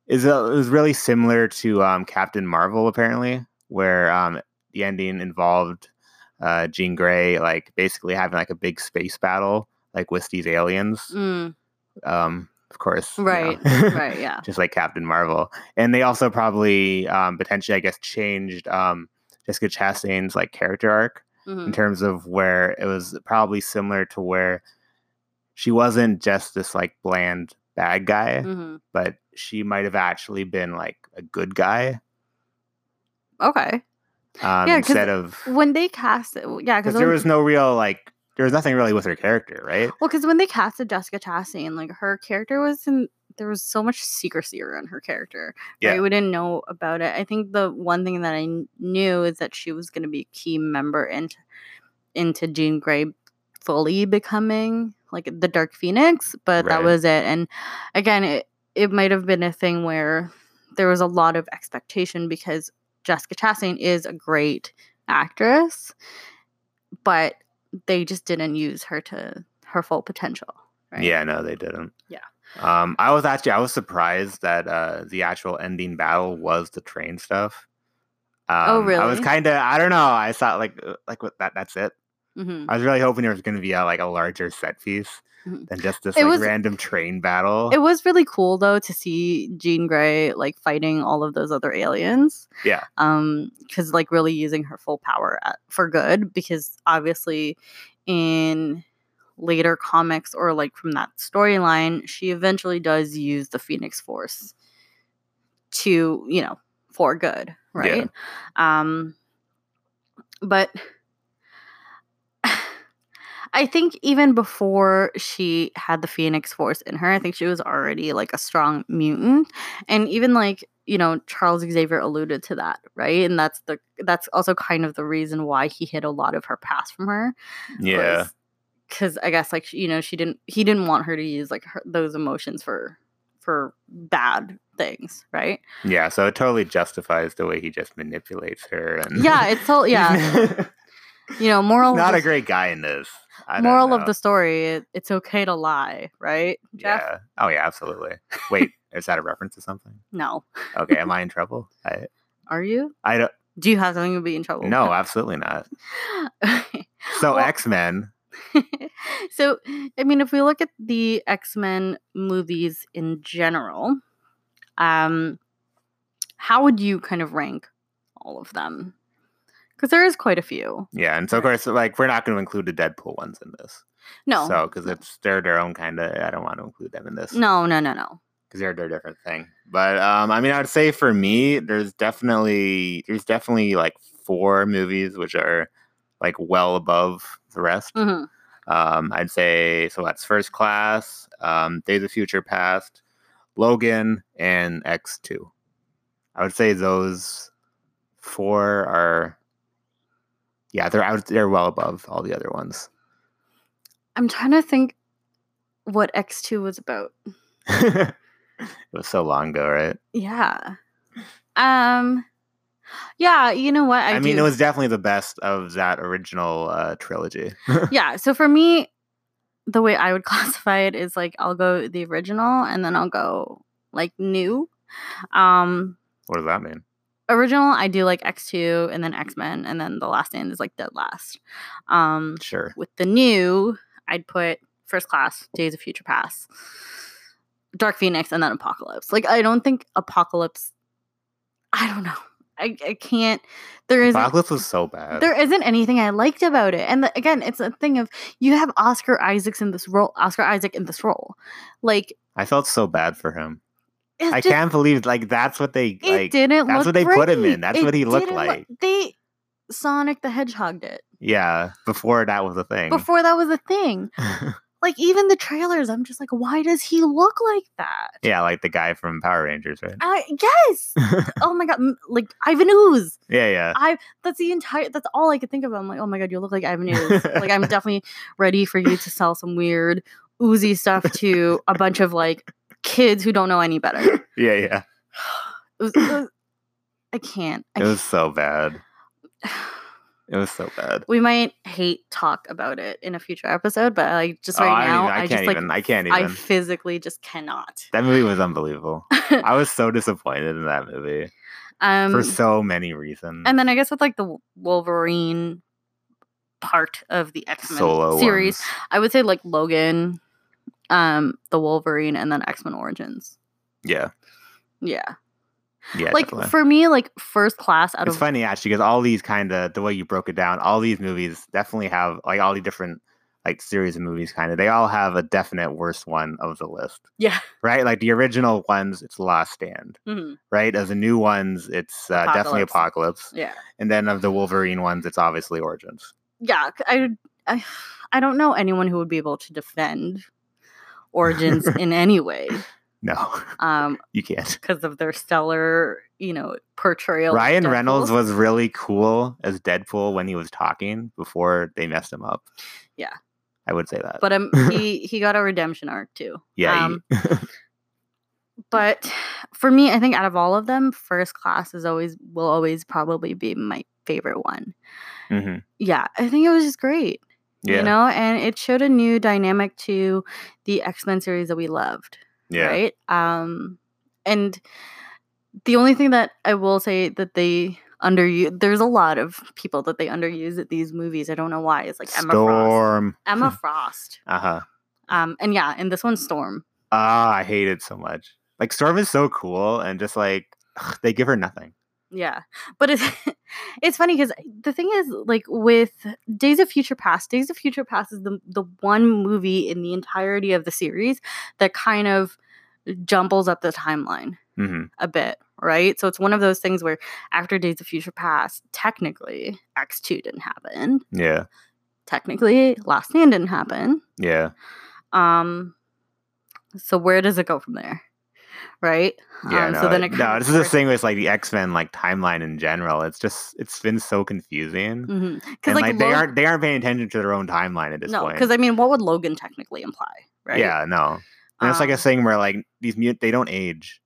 B: is it was really similar to um, Captain Marvel apparently where um the ending involved uh, Jean Grey like basically having like a big space battle like with these aliens
A: Mm,
B: um of course you know.
A: Right, right. Yeah.
B: just like Captain Marvel. And they also probably um, potentially, I guess, changed um, Jessica Chastain's like character arc in
A: Mhm.
B: terms of where it was probably similar to where she wasn't just this like bland bad guy,
A: Mhm.
B: but she might have actually been like a good guy
A: Okay.
B: um,
A: Yeah, 'cause
B: instead of
A: When they cast it, yeah, because
B: because there was no real like there was nothing really with her character, right?
A: Well, because when they casted Jessica Chastain, like her character was in, there was so much secrecy around her character. right?
B: Yeah.
A: we didn't know about it. I think the one thing that I kn- knew is that she was going to be a key member into into Jean Grey fully becoming like the Dark Phoenix, but that
B: Right.
A: was it. And again, it it might have been a thing where there was a lot of expectation because Jessica Chastain is a great actress, but they just didn't use her to her full potential. Right?
B: Yeah, no, they didn't.
A: Yeah.
B: Um, I was actually I was surprised that uh, the actual ending battle was the train stuff. Um, I was
A: Oh, really?
B: kind of I don't know. I thought like uh, like what that that's it.
A: hmm
B: I was really hoping there was going to be a, like a larger set piece
A: Mhm.
B: than just this
A: It
B: like
A: was-
B: random train battle.
A: It was really cool though to see Jean Grey like fighting all of those other aliens.
B: Yeah.
A: Um, because like really using her full power at, for good. Because obviously, in later comics or like from that storyline, she eventually does use the Phoenix Force to you know for good,
B: Yeah.
A: right? Um, but. I think even before she had the Phoenix Force in her, I think she was already like a strong mutant. And even like, you know, Charles Xavier alluded to that, right? And that's the that's also kind of the reason why he hid a lot of her past from her.
B: yeah,
A: Cuz I guess like, she- you know, she didn't he didn't want her to use like her, those emotions for for bad things, right?
B: yeah. So it totally justifies the way he just manipulates her. And
A: Yeah, it's so yeah, you know, moral
B: He's
A: of
B: not
A: the-
B: a great guy in this. I don't
A: moral of
B: know.
A: the story, it, it's okay to lie, right? Jeff?
B: Yeah. Oh yeah, absolutely. Wait, is that a reference to something?
A: No.
B: Okay, am I in trouble? I
A: Are you?
B: I don't.
A: Do you have something to be in trouble?
B: No, absolutely not.
A: Okay.
B: So
A: Oh, Well-
B: X Men.
A: so, I mean, if we look at the X Men movies in general, um, how would you kind of rank all of them? Because there is quite a few.
B: Yeah, and so of
A: Right.
B: course, like we're not going to include the Deadpool ones in this.
A: No,
B: So because it's they're their own kind of. I don't want to include them in this.
A: no, no, no, no.
B: because they're their different thing. But um, I mean, I would say for me, there's definitely there's definitely like four movies which are like well above the rest.
A: hmm
B: Um, I'd say so. That's First Class, um, Days of Future Past, Logan, and X Two. I would say those four are, yeah, they're out. They're well above all the other ones.
A: I'm trying to think what X two was about.
B: it was so long ago, right?
A: Yeah. Um. Yeah, you know what? I,
B: I, mean,
A: do-
B: it was definitely the best of that original uh, trilogy.
A: yeah so for me the way i would classify it is like i'll go the original and then i'll go like new um
B: What does that mean?
A: original, I do like X2 and then X Men, and then the last end is like Dead Last. Um,
B: Sure.
A: with the new, I'd put First Class, Days of Future Past, Dark Phoenix, and then Apocalypse. Like, I don't think Apocalypse. I don't know. I, I can't. There isn't.
B: Apocalypse was so bad.
A: There isn't anything I liked about it, and the, again, it's a thing of you have Oscar Isaac's in this role, Oscar Isaac in this role, like
B: I felt so bad for him.
A: it's
B: I
A: just-
B: can't believe like that's what they
A: It
B: like.
A: didn't.
B: that's
A: look
B: what they put him in.
A: great.
B: That's
A: It
B: what he looked
A: didn't look-
B: like.
A: they Sonic the Hedgehog did
B: Yeah, before that was a thing.
A: before that was a thing. Like even the trailers, I'm just like, why does he look like that?
B: yeah, like the guy from Power Rangers, right?
A: I, yes. oh my god, m- like Ivan Ooze.
B: yeah, yeah.
A: I that's the entire that's all I could think of. I'm like, oh my god, you look like Ivan Ooze. like I'm definitely ready for you to sell some weird oozy stuff to a bunch of like kids who don't know any better. It
B: Yeah, yeah.
A: was- it was- I can't. I
B: It was so bad.
A: can't.
B: It was so bad.
A: we might hate talk about it in a future episode, but like just
B: Oh,
A: right
B: I don't
A: now,
B: even-
A: I,
B: I
A: just
B: can't
A: like
B: even. I can't
A: I
B: even.
A: physically just cannot.
B: That movie was unbelievable. I was so disappointed in that movie
A: um,
B: for so many reasons.
A: and then I guess with like the Wolverine part of the X Men
B: solo
A: series,
B: ones.
A: I would say like Logan, um, the Wolverine, and then X Men Origins.
B: Yeah,
A: Yeah,
B: yeah.
A: like
B: definitely.
A: for me, like first class out
B: it's
A: of
B: funny actually because all these kind of the way you broke it down, all these movies definitely have like all the different like series of movies kind of. They all have a definite worst one of the list,
A: yeah,
B: right? Like the original ones, it's Last Stand,
A: mhm,
B: right? As the new ones, it's uh, definitely Apocalypse,
A: yeah,
B: and then of the Wolverine ones, it's obviously Origins.
A: yeah. I, I, I don't know anyone who would be able to defend Origins in any way.
B: No,
A: Um,
B: you can't.
A: because of their stellar, you know, portrayal. of
B: Ryan Reynolds
A: Deadpool.
B: was really cool as Deadpool when he was talking before they messed him up.
A: Yeah.
B: I would say that.
A: but um, he he got a redemption arc too.
B: yeah, he-
A: um, But for me, I think out of all of them, First Class is always will always probably be my favorite one.
B: mhm,
A: Yeah, I think it was just great.
B: yeah,
A: You know, and it showed a new dynamic to the X Men series that we loved.
B: yeah.
A: right? Um, and the only thing that I will say that they underuse, there's a lot of people that they underuse at these movies. I don't know why. It's like Emma Frost.
B: Storm.
A: Emma Frost.
B: Uh huh.
A: Um, and yeah, and this one's Storm.
B: Ah, I hate it so much. Like Storm is so cool, and just like ugh, they give her nothing.
A: Yeah, but it's it's funny because the thing is, like with Days of Future Past, Days of Future Past is the the one movie in the entirety of the series that kind of jumbles up the timeline.
B: hmm
A: a bit, right? So it's one of those things where after Days of Future Past, technically X2 didn't happen.
B: Yeah,
A: Technically Last Stand didn't happen.
B: yeah,
A: Um so where does it go from there? Right?
B: yeah.
A: um,
B: no,
A: so then
B: it-
A: it
B: no, this is the thing with like the X Men like timeline in general. It's just it's been so confusing,
A: Because
B: and
A: Mm, Mm-hmm, like,
B: like, they
A: Lo-
B: aren't they aren't paying attention to their own timeline at this
A: no,
B: point.
A: because I mean, what would Logan technically imply, right?
B: yeah, no. And it's like a
A: Um,
B: thing where like these mute they don't age,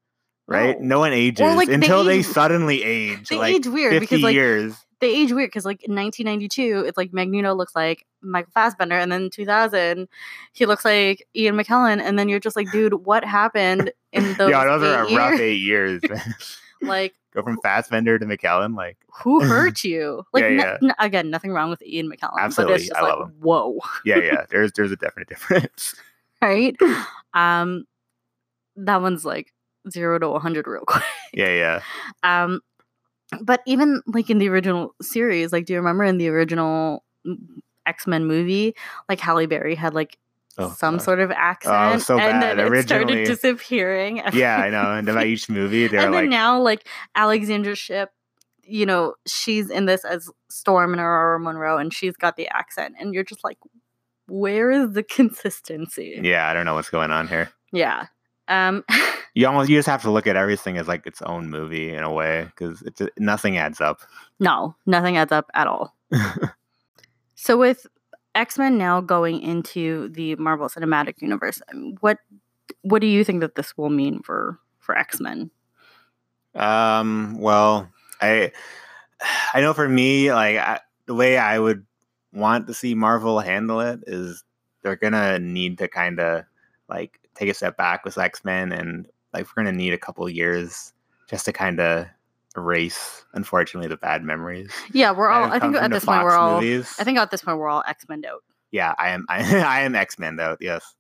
B: right?
A: no.
B: No, one ages
A: like, they
B: until they
A: age-
B: suddenly age.
A: They
B: like,
A: age weird
B: fifty
A: because like
B: years.
A: they age weird because like in 1992 it's like Magneto looks like Michael Fassbender and then 2000 he looks like Ian McKellen and then you're just like dude what happened in those,
B: yeah, those
A: eight
B: are a
A: years?
B: rough eight years.
A: like
B: Go from Fassbender to McKellen, like
A: who hurt you like
B: Yeah,
A: no-
B: yeah.
A: n- again nothing wrong with Ian McKellen but
B: Absolutely,
A: it's just
B: I
A: like
B: love him.
A: whoa
B: yeah, yeah. There's there's a definite difference.
A: right um that one's like 0 to 100 real quick
B: Yeah, yeah.
A: Um, but even like in the original series, like, do you remember in the original X Men movie, like Halle Berry had like some
B: Oh, God.
A: sort of accent,
B: so
A: and
B: bad.
A: then it
B: Originally-
A: started disappearing. every-
B: Yeah, I know. And about each movie, they're
A: and then
B: like,
A: now, like Alexandra Ship, you know, she's in this as Storm and Aurora Monroe, and she's got the accent, and you're just like, where is the consistency?
B: yeah, I don't know what's going on here.
A: Yeah. Um,
B: You almost you just have to look at everything as like its own movie in a way because it ju- nothing adds up.
A: No, nothing adds up at all. so with X Men now going into the Marvel Cinematic Universe, I mean, what what do you think that this will mean for for X Men?
B: Um, well, I I know for me, like I, the way I would want to see Marvel handle it is they're gonna need to kind of like take a step back with X Men, and like we're gonna need a couple years just to kind of erase, unfortunately, the bad memories.
A: Yeah, we're
B: that
A: all.
B: have
A: I
B: come
A: think
B: from
A: at
B: the
A: this point we're
B: Fox
A: all.
B: movies.
A: I think at this point we're all X Men out.
B: yeah, I am. I, I am X Men though. Yes.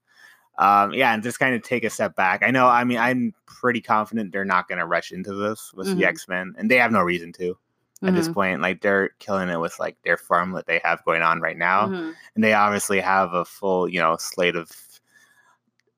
B: Um, yeah, and just kind of take a step back. I know. I mean, I'm pretty confident they're not going to rush into this with
A: Mhm.
B: the X Men, and they have no reason to at
A: Mm-hmm.
B: this point. Like they're killing it with like their farm that they have going on right now,
A: Mhm.
B: and they obviously have a full you know slate of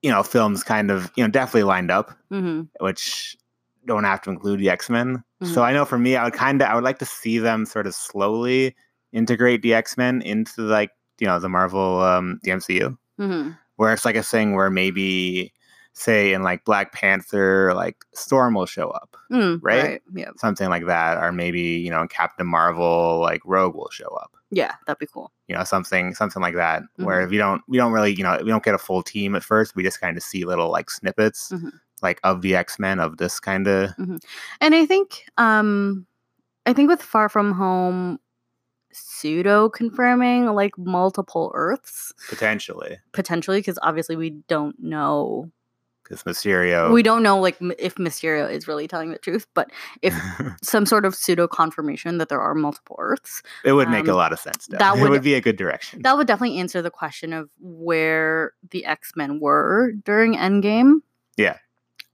B: you know films kind of you know definitely lined up,
A: Mhm.
B: which don't have to include the X Men.
A: Mhm.
B: So I know for me, I would kind of I would like to see them sort of slowly integrate the X Men into like you know the Marvel um, the MCU
A: Mhm.
B: where it's like a thing where maybe say in like black panther like storm will show up
A: Mm,
B: Right?
A: Yeah.
B: something like that or maybe you know in captain marvel like rogue will show up
A: Yeah. That'd be cool.
B: you know something something like that where we don't we don't really you know we don't get a full team at first we just kind of see little like snippets
A: Mhm.
B: like of the x-men of this kind of
A: And I think um I think with Far From Home pseudo confirming like multiple Earths
B: potentially
A: potentially because obviously we don't know
B: because mysterio
A: we don't know like m- if Mysterio is really telling the truth, but if some sort of pseudo confirmation that there are multiple Earths
B: it would make a
A: um,
B: lot of sense though.
A: that
B: it
A: would-
B: would be a good direction
A: that would definitely answer the question of where the X Men were during Endgame.
B: Yeah.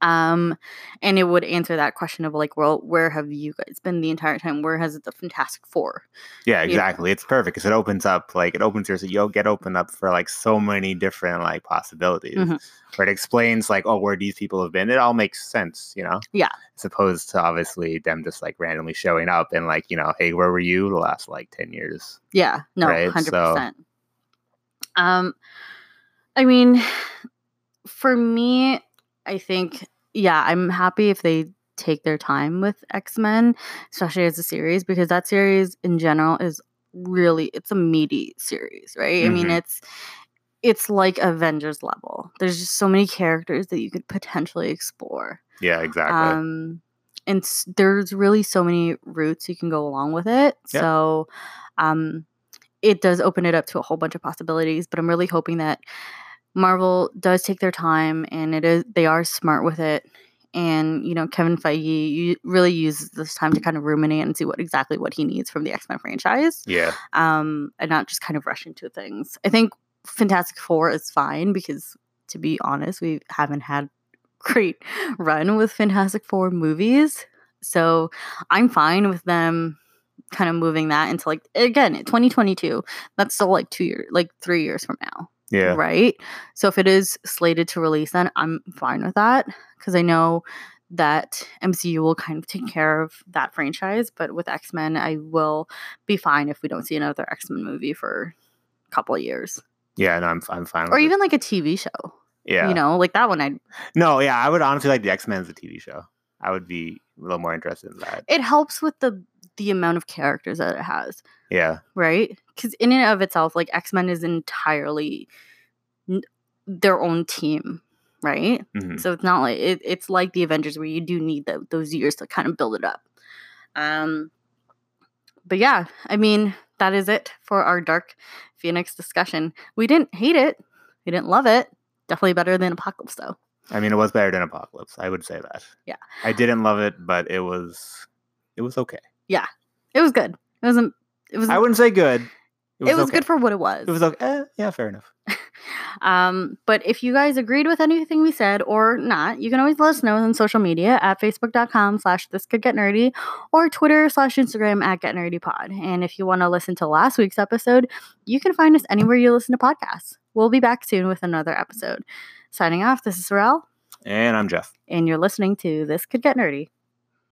A: Um, and it would answer that question of like, well, where have you guys been the entire time? Where has the Fantastic Four?
B: Yeah,
A: you know?
B: exactly. It's perfect because it opens up like it opens your you'll get opened up for like so many different like possibilities.
A: Mhm.
B: Where it explains like oh where these people have been. It all makes sense, you know.
A: Yeah.
B: As opposed to obviously them just like randomly showing up and like you know hey where were you the last like ten years?
A: Yeah, no,
B: Right,
A: hundred
B: so-
A: percent. Um, I mean, for me, I think yeah, I'm happy if they take their time with X Men, especially as a series, because that series in general is really it's a meaty series, right? I mean,
B: Mhm.
A: it's it's like Avengers level. There's just so many characters that you could potentially explore.
B: Yeah, exactly.
A: Um, and s- there's really so many routes you can go along with it.
B: Yeah.
A: So, um, it does open it up to a whole bunch of possibilities. But I'm really hoping that Marvel does take their time and it is they are smart with it. And you know, Kevin Feige you really uses this time to kind of ruminate and see what exactly what he needs from the X Men franchise,
B: yeah,
A: um, and not just kind of rush into things. I think Fantastic Four is fine because, to be honest, we haven't had great run with Fantastic Four movies. So I'm fine with them kind of moving that into like again 2022. That's still like two years, like three years from now,
B: yeah,
A: right? So if it is slated to release, then I'm fine with that because I know that MCU will kind of take care of that franchise. But with X Men, I will be fine if we don't see another X Men movie for a couple of years,
B: yeah. No, I'm I'm fine.
A: or
B: with it.
A: even like a TV show.
B: Mm-hmm. yeah,
A: You know, like that one, I
B: no, yeah. I would honestly like the X Men as a TV show. I would be a little more interested in that.
A: it helps with the the amount of characters that it has
B: Yeah,
A: right because in and of itself like x-men is entirely n- their own team right
B: mhm.
A: so it's not like it, it's like the avengers where you do need tho- those years to kind of build it up um but yeah i mean that is it for our dark phoenix discussion we didn't hate it we didn't love it definitely better than apocalypse though
B: I mean it was better than Apocalypse. I would say that.
A: Yeah.
B: I didn't love it, but it was it was okay.
A: it was good it wasn't it was
B: I wouldn't say good.
A: it was, good for what it was
B: It was okay. Eh, yeah, fair enough.
A: Um, but if you guys agreed with anything we said or not, you can always let us know on social media at facebook.com slash this could get nerdy or Twitter slash Instagram at get nerdy pod. And if you want to listen to last week's episode, you can find us anywhere you listen to podcasts. We'll be back soon with another episode. Signing off, this is Sorrel,
B: And I'm Jeff.
A: and you're listening to This Could Get Nerdy.